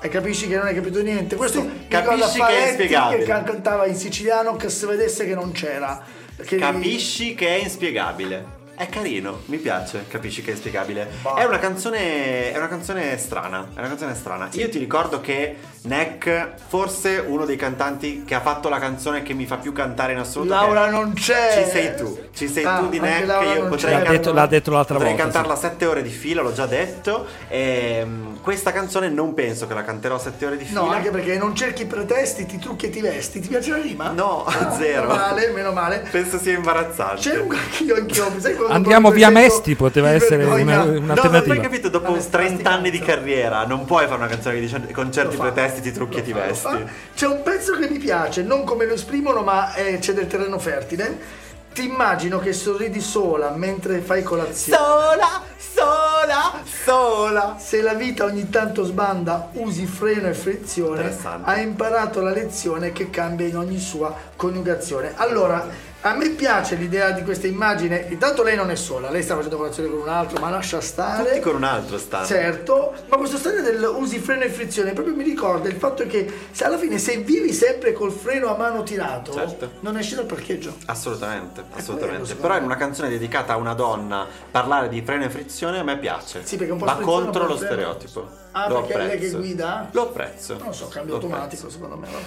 E capisci che non hai capito niente. Questo mi
capisci
ricorda
che è
Faletti
inspiegabile.
Che can- cantava in siciliano che si vedesse che non c'era. Perché-
Capisci che è inspiegabile. È carino, mi piace, capisci che è inspiegabile. È una canzone. È una canzone strana. È una canzone strana. Io ti ricordo che Neck, forse uno dei cantanti che ha fatto la canzone che mi fa più cantare in assoluto. che è-
Laura non c'è.
Ci sei tu, ci sei
Ah,
tu di
anche
Neck,
Laura
io
non
potrei
c'è.
L'ha detto- l'ha detto l'altra
potrei
volta,
cantarla sette ore di fila, l'ho già detto. Ehm, questa canzone non penso che la canterò sette ore di fila.
No, anche perché non cerchi pretesti, ti trucchi e ti vesti. Ti piace la rima?
No, zero.
Meno male, meno male.
Penso sia imbarazzante.
C'è un anch'io, anch'io. sai quando
Andiamo
proprio
via
sento-
Mesti, poteva
mi
essere
vergogna.
una-
No,
un'alternativa.
non hai capito, dopo
Vabbè,
30 anni di
fantastico.
carriera non puoi fare una canzone che dice con certi
fa.
pretesti ti trucchi e ti
Ah,
vesti.
C'è un pezzo che mi piace, non come lo esprimono, ma eh, c'è del terreno fertile. Ti immagino che sorridi sola mentre fai colazione.
Sola, sola, sola.
Se la vita ogni tanto sbanda, usi freno e frizione,
Interessante.
hai imparato la lezione che cambia in ogni sua coniugazione. Allora, a me piace l'idea di questa immagine. Intanto lei non è sola, lei sta facendo colazione con un altro, ma lascia stare.
Tutti con un altro stanno.
Certo, ma questo storia del usi freno e frizione proprio mi ricorda il fatto che se alla fine se vivi sempre col freno a mano tirato,
Certo.
non esci dal parcheggio.
Assolutamente,
quello,
assolutamente.
secondo
Però
me.
in una canzone dedicata a una donna parlare di freno e frizione a me piace.
Sì, perché è un po'
Va
sfrizione,
contro
un po'
lo
freno.
stereotipo.
Ah,
Lo
perché è lei che
apprezzo.
guida?
Lo apprezzo.
Non so, cambio
Lo
automatico secondo me. vabbè.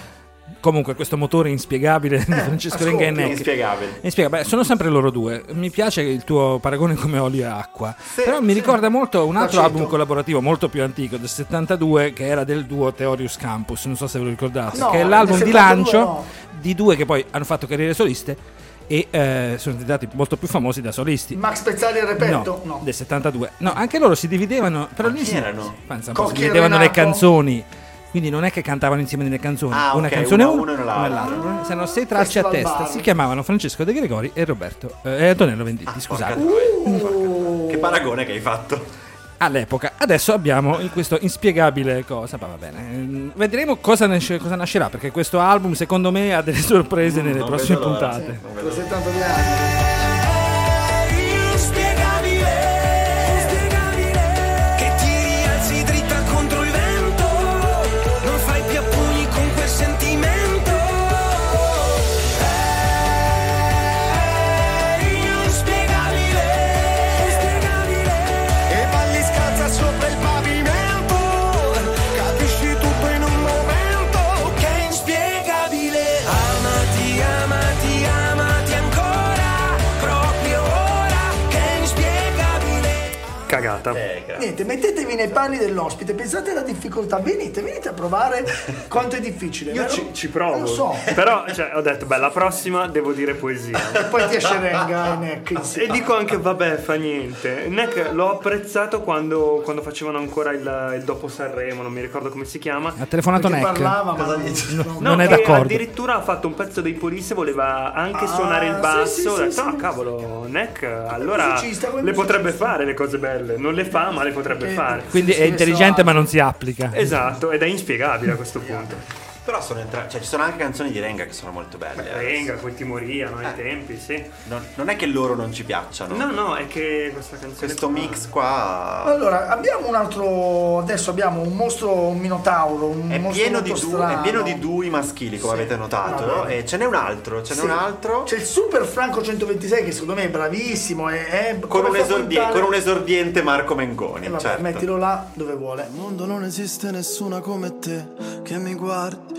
comunque questo motore inspiegabile di Francesco
ascolti,
Renga e
apprezzo.
Neck
Inspiegabile.
Mi spiega, beh, sono sempre loro due. Mi piace il tuo paragone come olio e acqua. però mi ricorda molto un altro
L'aceto.
album collaborativo molto più antico del 72 che era del duo Theorius Campus. Non so se ve lo ricordate,
No,
che è
del
l'album di
72
lancio
no.
di due che poi hanno fatto carriere soliste e eh, sono diventati molto più famosi da solisti.
Max Pezzali al repetto?
No,
No.
del 72. No, anche loro si dividevano. Però
Ma
lì
chi
si,
erano?
Pensa un po', si
Cocchi e
dividevano le
Renato?
canzoni. Quindi non è che cantavano insieme delle canzoni.
Ah,
una
ok,
canzone
una-
uno,
uno e
una
l'altra.
l'altra. C'erano sei tracce a
Festival
testa.
Bar.
Si chiamavano Francesco De Gregori e Roberto eh, e Antonello Venditti,
Porca
scusate.
troia,
Uh.
porca- Che paragone che hai fatto.
All'epoca. Adesso abbiamo in questo inspiegabile cosa. Ma va bene. Ehm, Vedremo cosa, nasce- cosa nascerà, perché questo album, secondo me, ha delle sorprese nelle
Mm, non
prossime
vedo l'ora,
puntate.
sì.
Tra 72 anni.
Inspiegabile, inspiegabile, che ti rialzi dritta contro il vento, non fai più a pugni con quel sentimento. È inspiegabile, inspiegabile,
E balli scalza sopra il pavimento Capisci tutto in un momento
che è inspiegabile. Amati, amati, amati ancora,
cagata.
Eh, Niente, mettetevi nei panni dell'ospite, pensate alla difficoltà, venite, venite a provare quanto è difficile.
Io
vero?
ci, ci provo.
Lo so.
Però cioè, ho detto, beh, la prossima devo dire poesia.
E poi ti esce Renga e Neck insieme.
E dico anche, vabbè, fa niente. Neck l'ho apprezzato quando, quando facevano ancora il, il dopo Sanremo, non mi ricordo come si chiama.
Ha telefonato
Perché
Neck.
parlava, ma
No,
No,
non è
che
d'accordo.
Addirittura ha fatto un pezzo dei Police, voleva anche
Ah,
suonare il
sì,
basso.
sì,
ho
sì,
detto,
sì.
ah, cavolo, Neck, allora
musicista, come
le
musicista.
potrebbe fare le cose belle. Non le fa, ma le potrebbe
Eh,
fare.
Quindi
Sì,
è
sì,
intelligente
so.
ma non si applica.
Esatto, ed è inspiegabile a questo punto.
Però sono entra- cioè, ci sono anche canzoni di Renga che sono molto belle. eh.
Venga, poi ti moriano
Eh.
ai tempi, sì.
Non, non è che loro non ci piacciono.
No, no, è che questa canzone.
Questo
qua-
mix qua
Allora, abbiamo un altro. Adesso abbiamo un mostro, un minotauro. Un
è
mostro
pieno, di
molto
du-
strano.
è pieno di dui maschili, come avete notato.
Vabbè.
E ce n'è un altro, ce n'è
Sì. Cioè,
un altro.
C'è il Super Franco 126 che secondo me è bravissimo. È, è
Con un,
come fa a
esordie-
puntare-
con un esordiente Marco Mengoni.
Eh, vabbè,
certo.
mettilo là dove vuole.
Al mondo non esiste nessuna come te che mi guardi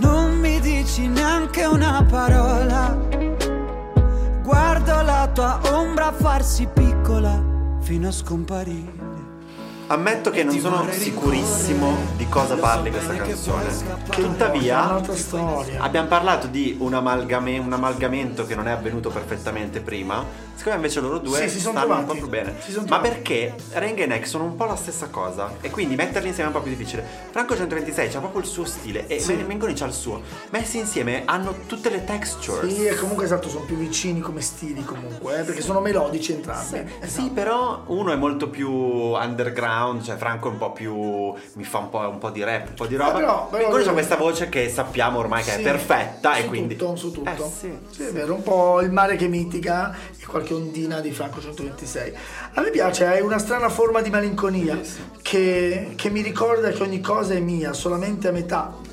Non mi dici neanche una parola. Guardo la tua ombra farsi piccola fino a scomparire.
Ammetto che non sono sicurissimo di cosa parli questa canzone.
È
Tuttavia,
un'altra storia.
abbiamo parlato di un, amalgame- un amalgamento che non è avvenuto perfettamente prima. Secondo me invece loro due
Sì, si son
stanno un po'
trovati.
più bene.
Si son
Ma
trovati.
perché Renga e Neck sono un po' la stessa cosa. E quindi metterli insieme è un po' più difficile. Franco 126 c'ha proprio il suo stile e Mengoni c'ha il suo. Messi insieme hanno tutte le textures.
Sì, e comunque esatto, sono più vicini come stili comunque, eh, perché sono melodici entrambi. Eh,
Sì, però uno è molto più underground, cioè Franco è un po' più. mi fa un po', un po' di rap, un po' di roba.
Eh, però- però-
Mengoni c'ha questa voce che sappiamo ormai che
Sì,
è perfetta
su
e quindi.
tutto, su tutto.
Eh, sì.
Sì, è vero, un po' il mare che mitiga e qualche ondina di Franco 126. A me piace, hai una strana forma di malinconia che, che mi ricorda che ogni cosa è mia, solamente a metà.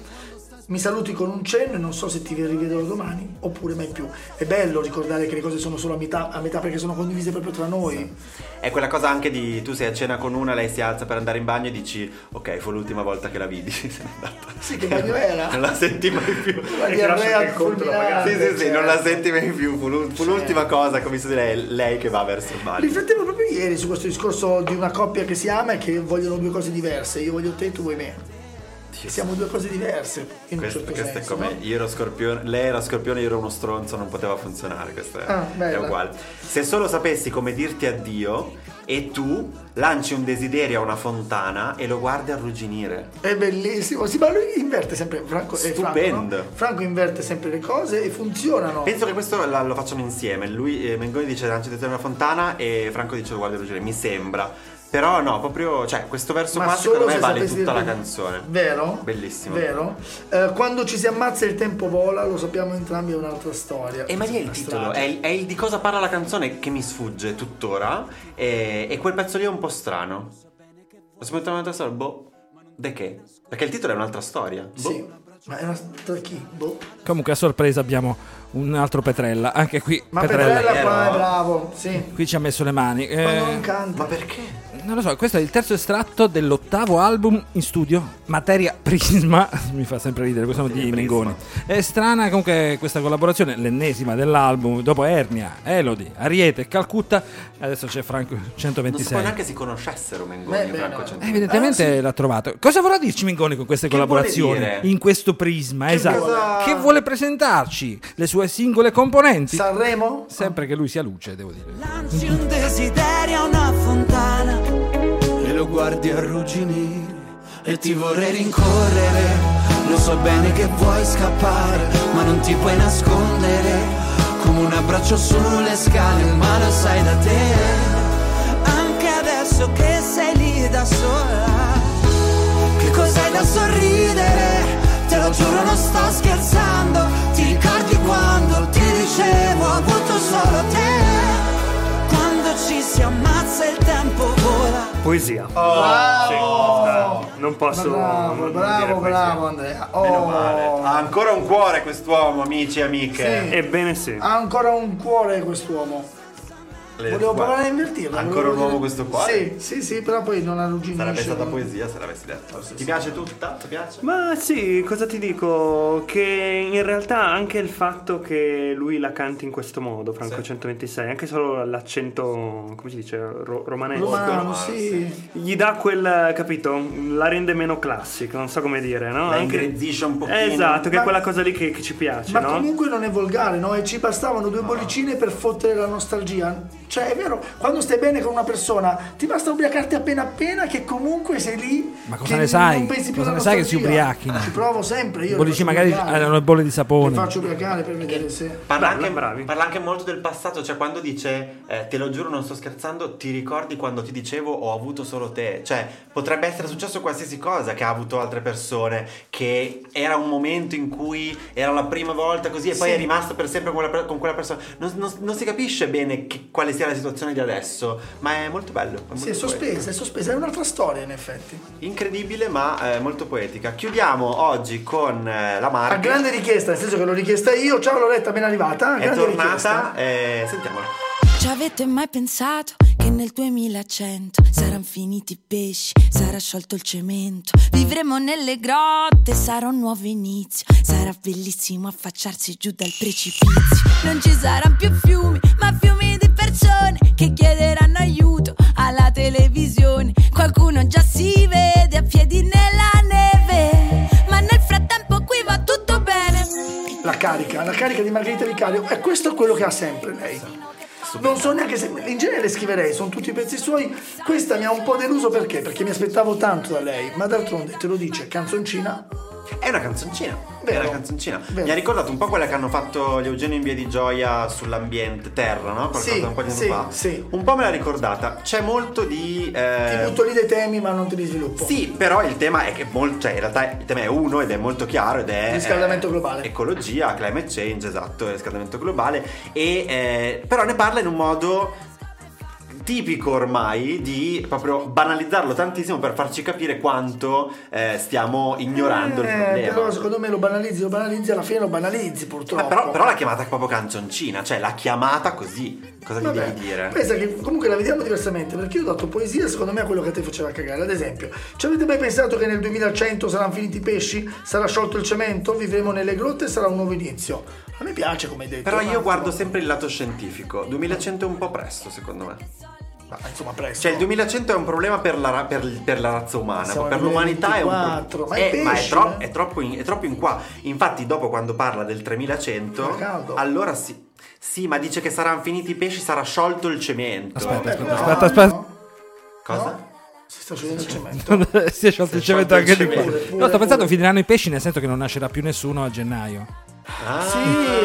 Mi saluti con un cenno e non so se ti rivedrò domani oppure mai più. È bello ricordare che le cose sono solo a metà, a metà perché sono condivise proprio tra noi.
È quella cosa anche di tu sei a cena con una, lei si alza per andare in bagno e dici ok, fu l'ultima volta che la vidi, se n'è andata.
Sì, che bello era.
Non la senti mai più.
La
che era
diarrea
sotto il conto da
fulminante,
Sì, sì, sì,
cioè.
non la senti mai più. Fu, l'ul- fu l'ultima cosa, come si dice lei, lei che va verso il bagno.
Riflettevo proprio ieri su questo discorso di una coppia che si ama e che vogliono due cose diverse. Io voglio te e tu vuoi me. Siamo due cose diverse. In un
Questo,
certo
questo è
senso,
come
no?
io ero scorpione, lei era scorpione, io ero uno stronzo, non poteva funzionare. Questo è,
Ah,
è
bella.
uguale. Se solo sapessi come dirti addio e tu lanci un desiderio a una fontana e lo guardi arrugginire.
È bellissimo. Sì, ma lui inverte sempre. Franco, eh, Franco,
Stupendo.
no? Franco inverte sempre le cose e funzionano.
Penso che questo la- lo facciano insieme. Lui, eh, Mengoni dice lanci un desiderio a una fontana e Franco dice lo guardi arrugginire. Mi sembra. Però no, proprio, cioè, questo verso qua secondo me vale
sapessi
tutta la
dire-
canzone.
Vero?
Bellissimo.
Vero? Eh, quando ci si ammazza e il tempo vola, lo sappiamo entrambi, è un'altra storia.
E ma lì è il
Una
titolo,
strage.
è, il- è il di cosa parla la canzone che mi sfugge tuttora. E, e quel pezzo lì è un po' strano. Lo si mettono un'altra storia? Boh. De che? Perché il titolo è un'altra storia. Boh.
Sì. Ma è una tra chi? Boh.
Comunque a sorpresa abbiamo un altro Petrella. Anche qui
Ma
Petrella.
Petrella, qua è
Vero?
bravo, sì.
Qui ci ha messo le mani.
Ma
Eh,
non canta.
Eh, Ma perché?
non lo so, questo è il terzo estratto dell'ottavo album in studio, Materia Prisma. Mi fa sempre ridere, questo nome di Mengoni. È strana comunque questa collaborazione, l'ennesima dell'album, dopo Ernia, Elodie, Ariete, Calcutta. Adesso c'è Franco
Non so
126.
neanche si conoscessero Mengoni
Beh,
e
beh,
Franco
no.
Eh,
Centrale.
Evidentemente l'ha trovato. Cosa vorrà dirci Mingoni con queste
Che vuole
collaborazioni?
dire?
In questo prisma, esatto.
cosa-
Che vuole presentarci? Le sue singole componenti?
Sanremo?
Sempre che lui sia luce, devo dire.
Lanci un desiderio a una fontana.
e lo guardi arrugginire e ti vorrei rincorrere. Lo so bene che vuoi scappare, ma non ti puoi nascondere. Come un abbraccio sulle scale, ma lo sai da te.
Anche adesso che sei lì da sola. Che cos'hai da sorridere? Te lo giuro non sto scherzando. Ti ricordi quando ti dicevo ho avuto solo te? Quando ci si ammazza il tempo vola.
Poesia.
Oh,
Sì, sta- Non posso.
Bravo,
non dire
bravo,
poesia.
bravo Andrea. Oh,
Meno male. Ah. Ha ancora un cuore quest'uomo, amici e amiche.
Sì.
Ebbene sì.
ha ancora un cuore quest'uomo.
Le-
Volevo
guarda,
provare a invertirla.
Ancora un
volevo
uomo
dire-
questo cuore?
Sì, sì, sì, però poi non arrugginisce.
Sarebbe stata
non-
poesia se l'avessi detto. Ti piace tutta? Ti piace?
Ma sì, cosa ti dico? Che in realtà anche il fatto che lui la canti in questo modo, Franco 126, anche solo l'accento, come si dice, ro- romanesco,
Romano, sì.
gli dà quel, capito, la rende meno classica, non so come dire, no?
La
Anche-
ingrezzisce un pochino.
Esatto, che
Ma-
è quella cosa lì che, che ci piace,
Ma
no?
comunque non è volgare, no? E ci bastavano due bollicine per fottere la nostalgia. Cioè, è vero, quando stai bene con una persona, ti basta ubriacarti appena appena che comunque sei lì.
Ma cosa
che
ne sai?
Non pensi più
Cosa
alla
ne sai che si
nostalgia. Ah,
ubriachino?
Ci provo sempre io.
Bollicine
mi
magari
faccio ubriacare.
erano le bolle di
Mi
sapone.
faccio ubriacare per vedere se.
Bella,
Parla anche,
bravi.
parla anche molto del passato, cioè quando dice eh, te lo giuro non sto scherzando, ti ricordi quando ti dicevo ho avuto solo te, cioè potrebbe essere successo qualsiasi cosa che ha avuto altre persone, che era un momento in cui era la prima volta così e poi
Sì.
è rimasto per sempre con quella, per- con quella persona, non, non- non si capisce bene che- quale sia la situazione di adesso, ma è molto bello. è
Sì,
molto
è sospesa, è sospesa, è un'altra storia in effetti.
poetico. Incredibile ma eh, molto poetica. Chiudiamo oggi con eh, la
A
Marchi,
grande richiesta, nel senso che l'ho richiesta io. Ciao Loretta, ben arrivata.
è
grande richiesta.
tornata, eh, sentiamola.
Ci avete mai pensato che nel 2100 saranno finiti i pesci, sarà sciolto il cemento, vivremo nelle grotte, sarà un nuovo inizio, sarà bellissimo affacciarsi giù dal precipizio. Non ci saranno più fiumi, ma fiumi di persone che chiederanno aiuto alla televisione. Qualcuno già si vede a piedi nella neve, ma nel frattempo qui va tutto bene.
La carica, la carica di Margherita Vicario, e questo è quello che ha sempre lei. Non so neanche se. In genere le scriverei, sono tutti i pezzi suoi. Questa mi ha un po' deluso perché? Perché mi aspettavo tanto da lei, ma d'altronde te lo dice, canzoncina.
È una canzoncina.
Vero.
È una canzoncina.
Vero.
Mi ha ricordato un po' quella che hanno fatto gli Eugenio in Via di Gioia sull'ambiente terra, no? Qualcosa
Sì,
un po' di tempo
sì,
fa.
sì.
Un po' me l'ha ricordata. C'è molto di. eh,
Ti butto lì dei temi, ma non te li sviluppo.
sì, però il tema è che mol- cioè in realtà il tema è uno ed è molto chiaro ed è
Riscaldamento
eh,
globale.
Ecologia, climate change, esatto, riscaldamento globale e eh, però ne parla in un modo tipico ormai di proprio banalizzarlo tantissimo per farci capire quanto eh, stiamo ignorando il
Eh,
problema.
Però secondo me lo banalizzi, lo banalizzi, alla fine lo banalizzi purtroppo.
Ma però, però l'ha chiamata proprio canzoncina, cioè l'ha chiamata così. Cosa gli
Vabbè,
devi dire?
pensa che comunque la vediamo diversamente perché io ho dato poesia secondo me a quello che a te faceva cagare ad esempio ci avete mai pensato che nel 2100 saranno finiti i pesci sarà sciolto il cemento vivremo nelle grotte e sarà un nuovo inizio a me piace come hai detto
Però
ma-
io guardo sempre il lato scientifico. 2100 è un po' presto, secondo me.
ma, insomma presto
Cioè, il 2100 è un problema per la, ra- per il- per la razza umana.
Siamo
per
nel
l'umanità è un
24,
problema.
ma i
ma è,
pesci,
tro-
eh?
è troppo in, è troppo in qua. Infatti, dopo quando parla del 3100,
Fa caldo.
allora sì. Sì, ma dice che saranno finiti i pesci, sarà sciolto il cemento.
Aspetta, aspetta,
Eh, No,
aspetta, aspetta.
no,
Cosa?
si sta sciogliendo il cemento
si è sciolto il cemento
sciolto
anche
il
di qua.
cemento.
No, sto pensando finiranno i pesci, nel senso che non nascerà più nessuno a gennaio.
Ah,
Sì,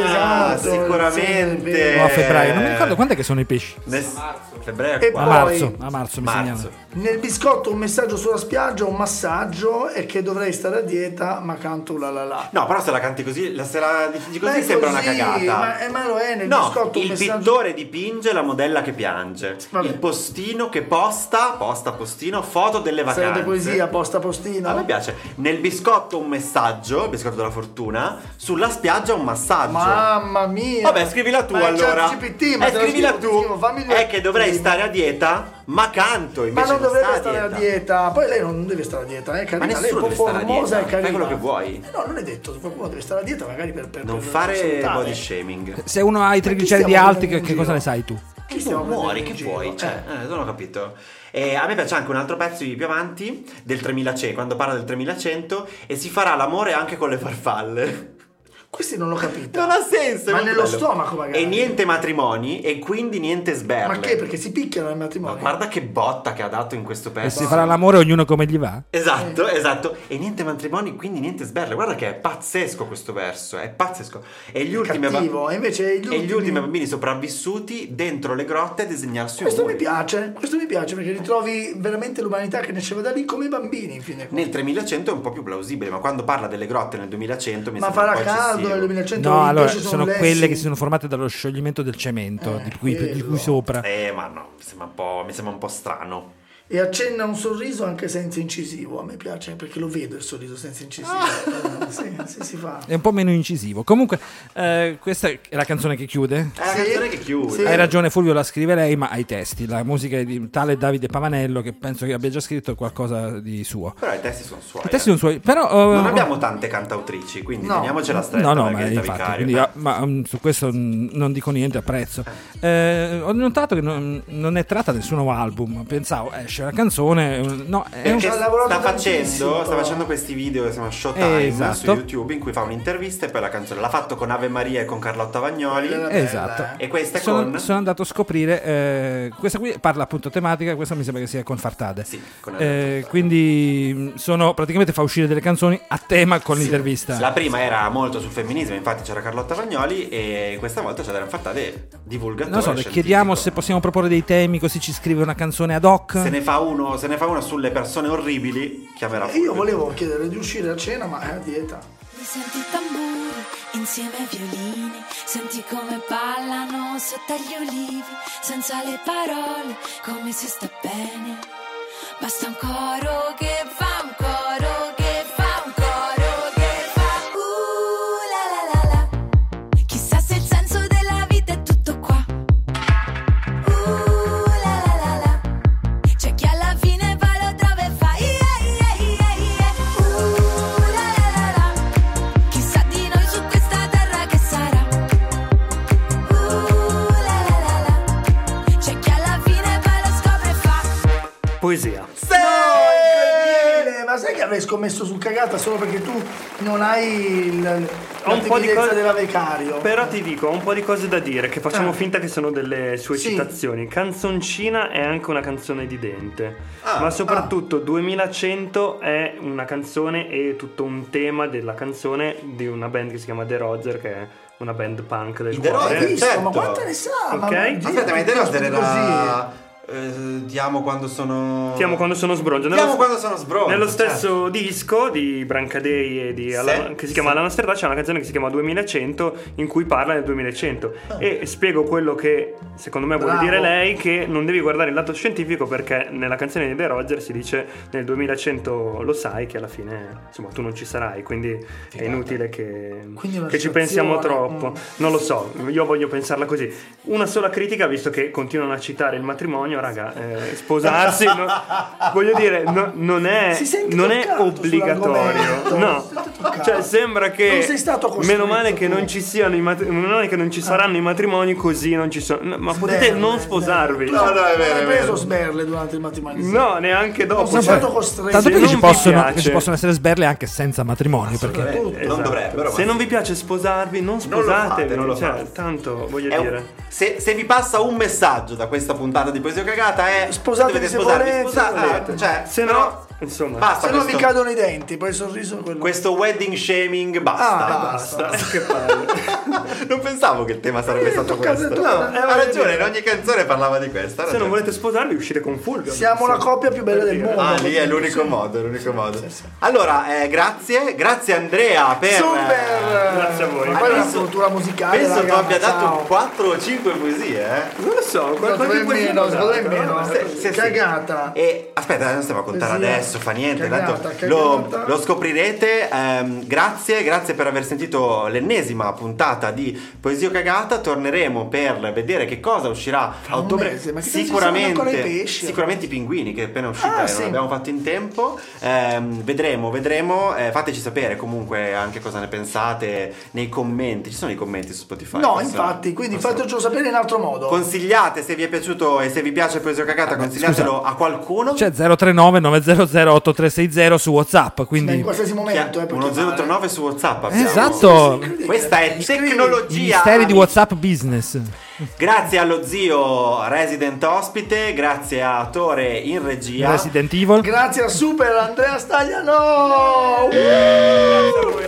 esatto, sì, è
Sicuramente.
vero.
O a febbraio. Non mi ricordo quando è che sono i pesci.
Ness- Febbraio
E
qua.
A
poi-
marzo, a marzo mi
Marzo.
segnala.
nel biscotto un messaggio sulla spiaggia un massaggio e che dovrei stare a dieta ma canto la la la
No, però se la canti così, la- se la dici
Ma
così
è
sembra
così,
una cagata.
ma- eh, ma lo è, nel
no,
biscotto un
il
messaggio-
pittore dipinge la modella che piange.
Vabbè.
Il postino che posta, posta postino, foto delle vacanze.
sarebbe poesia posta postina
A me piace. Nel biscotto un messaggio, il biscotto della fortuna, sulla spiaggia un massaggio.
Mamma mia!
Vabbè, scrivila tu
Ma è
allora.
ChatGPT, ma
eh,
te lo
scrivila
scrivo,
tu.
ti scrivo, fammi due-
è che dovrei stare a dieta, ma canto
Ma
invece
non dovrebbe
sta
stare a dieta. Poi lei non deve stare a dieta, è
Ma
carina. Lei è
nessuno
un po'
deve stare a
formosa e
dieta.
carina.
Fai quello che vuoi.
Eh no, non è detto, qualcuno deve stare a dieta magari per... per
Non
per
fare
salutare.
body shaming.
Se uno ha i trigliceridi
stiamo
alti, che,
prendendo
che
in
cosa
giro? Eh,
ne sai tu?
Chi
Che
stiamo
tu muori, che
prendendo in
vuoi?
giro?
Cioè,
Eh.
eh, non ho capito. E a me piace anche un altro pezzo di più avanti, del 3100, quando parla del 3100, e si farà l'amore anche con le farfalle.
Questi non l'ho capito.
Non ha senso! è
Ma
molto
nello
bello.
stomaco magari.
E niente matrimoni, e quindi niente sberle.
Ma che? Perché si picchiano nel matrimonio.
Ma guarda che botta che ha dato in questo
E
pezzo.
si farà l'amore ognuno come gli va?
Esatto,
Eh.
esatto. E niente matrimoni, quindi niente sberle. Guarda che è pazzesco questo verso, è pazzesco. E gli ultimi...
Cattivo, e invece gli
e gli
ultimi-
ultimi bambini sopravvissuti dentro le grotte a disegnarsi un
Questo mi
muro.
piace, questo mi piace perché ritrovi veramente l'umanità che nasceva da lì come i bambini, infine.
Nel 3100 è un po' più plausibile, ma quando parla delle grotte nel 2100 mi
Ma
sembra un
farà
po'
caldo nel
eccessivo.
2100
No,
i
allora
pesci
sono
lessi.
quelle che si sono formate dallo scioglimento del cemento,
Eh,
di, cui, di
quello.
cui sopra.
Eh, ma no, mi sembra un po', mi sembra un po' strano.
E e accenna un sorriso anche senza incisivo. A me piace perché lo vedo il sorriso senza incisivo. Eh, sì, sì, si fa.
È un po' meno incisivo. Comunque, eh, questa è la canzone che chiude.
È la canzone che chiude.
Eh, Sì.
Hai ragione, Fulvio, la scrive lei, ma ai testi. La musica è di tale Davide Pavanello che penso che abbia già scritto qualcosa di suo.
Però i testi sono suoi.
I testi sono suoi, però. eh,
Non abbiamo tante cantautrici, quindi
No.
teniamocela stretta.
No, no, ma
Margherita
infatti,
Vicario. eh.
quindi, ah, ma, mm, su questo mm, non dico niente, apprezzo. Eh, ho notato che non, non è tratta nessun album. Pensavo, esce una canzone. un- No, è un...
Perché Eh, sta, facendo, sta facendo questi video che si chiamano Showtime
Eh, esatto.
su YouTube in cui fa un'intervista e poi la canzone l'ha fatto con Ave Maria e con Carlotta Vagnoli.
Esatto.
eh.
E questa è
sono,
con
sono andato a scoprire. eh, questa qui parla appunto tematica, questa mi sembra che sia con Fartade.
con
Eh, quindi mh, sono praticamente fa uscire delle canzoni a tema con l'intervista.
La prima era molto sul femminismo, infatti c'era Carlotta Vagnoli e questa volta c'è Dario Fartade divulgatore.
Non so, le
scientifico.
chiediamo se possiamo proporre dei temi così ci scrive una canzone ad hoc.
se ne, fa uno, se ne fa uno sulle persone orribili, chiamerà
E Eh,
Fulvio.
Io volevo chiedere di uscire a cena, ma è a dieta.
Mi senti i tamburi insieme ai violini, senti come ballano sotto agli ulivi, senza le parole, come si sta bene. Basta un coro che fa un coro che fa un coro che fa uh la la la la. Chissà se il senso della vita è tutto qua. Uh la la la la. C'è chi alla fine va lo trova e fa yeah yeah yeah yeah. Uh la la la la. Chissà di noi su questa terra che sarà. Uh, la la la la. C'è chi alla fine poi lo scopre e fa.
Poesia.
Eh, Ma sai che avrei scommesso sul cagata solo perché tu non hai il,
Ho un po' di
l'intimidezza
cose-
della Vicario?
Però ti dico, ho un po' di cose da dire, che facciamo
Ah.
finta che sono delle sue
Sì.
citazioni. Canzoncina è anche una canzone di Dente, ma soprattutto 2100 è una canzone e tutto un tema della canzone di una band che si chiama The Roger, che è una band punk del
I The
cuore.
Roger, certo.
Ma quanto ne sa? Ma-
Ok.
Dio,
Aspetta, ma i
tutti
Deroster
così.
era... eh, ti amo quando sono...
Ti amo quando sono sbronzo.
Ti amo quando sono sbronzo, certo.
Nello stesso disco di Brancadei e di Alan- che si chiama La Nostra c'è una canzone che si chiama 2100 in cui parla del 2100 e spiego quello che secondo me vuole
Ah. Bravo.
dire lei che non devi guardare il lato scientifico perché nella canzone di The Roger si dice nel 2100 lo sai che alla fine insomma tu non ci sarai quindi è inutile che,
Quindi è una
che ci pensiamo
situazione,
troppo.
Mm.
Non lo so, io voglio pensarla così. Una sola critica, visto che continuano a citare il matrimonio, raga, eh, sposarsi, no- voglio dire, no- non è,
Si sente
non è
toccato
obbligatorio.
sull'argomento.
No.
Si sente toccato.
Cioè, sembra
Non
che
sei stato costretto Ah.
meno male che
tu.
non ci siano i matri- meno male che non ci saranno i matrimoni così non ci sono. no, Ma potete non sposarvi.
No, no, è vero. Hai preso sberle durante il matrimonio?
No, neanche dopo.
Sono
Cioè,
stato costretto.
Tanto
Se
perché ci
non
possono,
vi piace-
ci possono essere sberle anche senza matrimonio. Perché
Assolutamente, Non
Esatto.
dovrebbero.
Se
ma-
non vi piace sposarvi, non
Non lo fate,
sposatevi.
non lo
cioè,
fate.
tanto voglio
È un-
dire.
se, se vi passa un messaggio da questa puntata di Poesia Cagata è
Sposatevi
dovete
se
sposarvi,
volete,
sposate,
se volete.
ah, cioè,
Se
però
no, insomma,
basta
Se no vi
questo,
cadono i denti, poi il sorriso è quello.
questo wedding shaming basta,
Ah,
basta.
che palle.
non pensavo che il tema sarebbe stato
toccato
questo
tu,
No,
eh,
ha
voglio
ragione
dire.
in ogni canzone parlava di questa ha
Se non
ragione.
volete sposarvi, uscite con Fulvio.
Siamo la coppia più bella del mondo.
ah lì è l'unico modo è l'unico modo allora eh, grazie grazie Andrea per
Super!
Grazie a voi.
Ma Poi la
Adesso-
cultura musicale.
penso
raga,
tu abbia
ciao.
dato 4 o 5 poesie eh
Non lo so,
Secondo me
qualcosa
è meno, secondo me è meno. eh.
Sì, sì, sì.
Cagata.
E aspetta, non stiamo a contare
Poesia.
adesso, fa niente,
Cagata,
tanto
cagata.
Lo, lo scoprirete. ehm, grazie, grazie per aver sentito l'ennesima puntata di Poesia Cagata. Torneremo per vedere che cosa uscirà a
un
ottobre.
mese, ma che cazzo saranno ancora i
sicuramente,
pesci?
sicuramente i pinguini che è appena uscita
Ah,
e
sì.
non abbiamo fatto in tempo. Ehm, vedremo, vedremo. Eh, fateci sapere comunque anche cosa ne pensate nei commenti. Ci sono i commenti su Spotify?
No,
Forse-
infatti, quindi
forse-
fatecelo sapere in altro modo.
Consigliate se vi è piaciuto e se vi piace Poesia Cagata, consigliatelo a qualcuno.
c'è 039 900 8360 su WhatsApp.
Cioè, in
Quindi
qualsiasi momento, eh, perché
1039 su WhatsApp. abbiamo.
Esatto. Sì,
Oh, Questa è
i
tecnologia.
misteri di WhatsApp business.
Grazie allo zio resident ospite, grazie a Tore in regia.
Resident Evil.
Grazie a Super Andrea Stagliano.
Uh,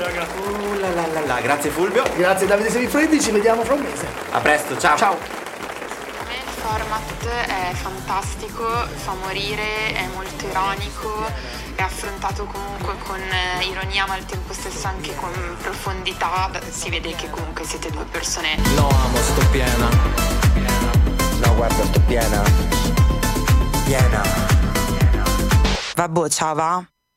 la, la, la, la. Grazie Fulvio.
Grazie Davide Semifreddi, ci vediamo fra un mese.
A presto, ciao. Ciao.
Per me Il format è fantastico, fa morire, è molto ironico, è affrontato comunque con eh, ironia ma al tempo stesso anche con profondità, si vede che comunque siete due persone
Lo amo, sto piena. No, guarda, sto piena. Piena.
Vabbè, ciao va.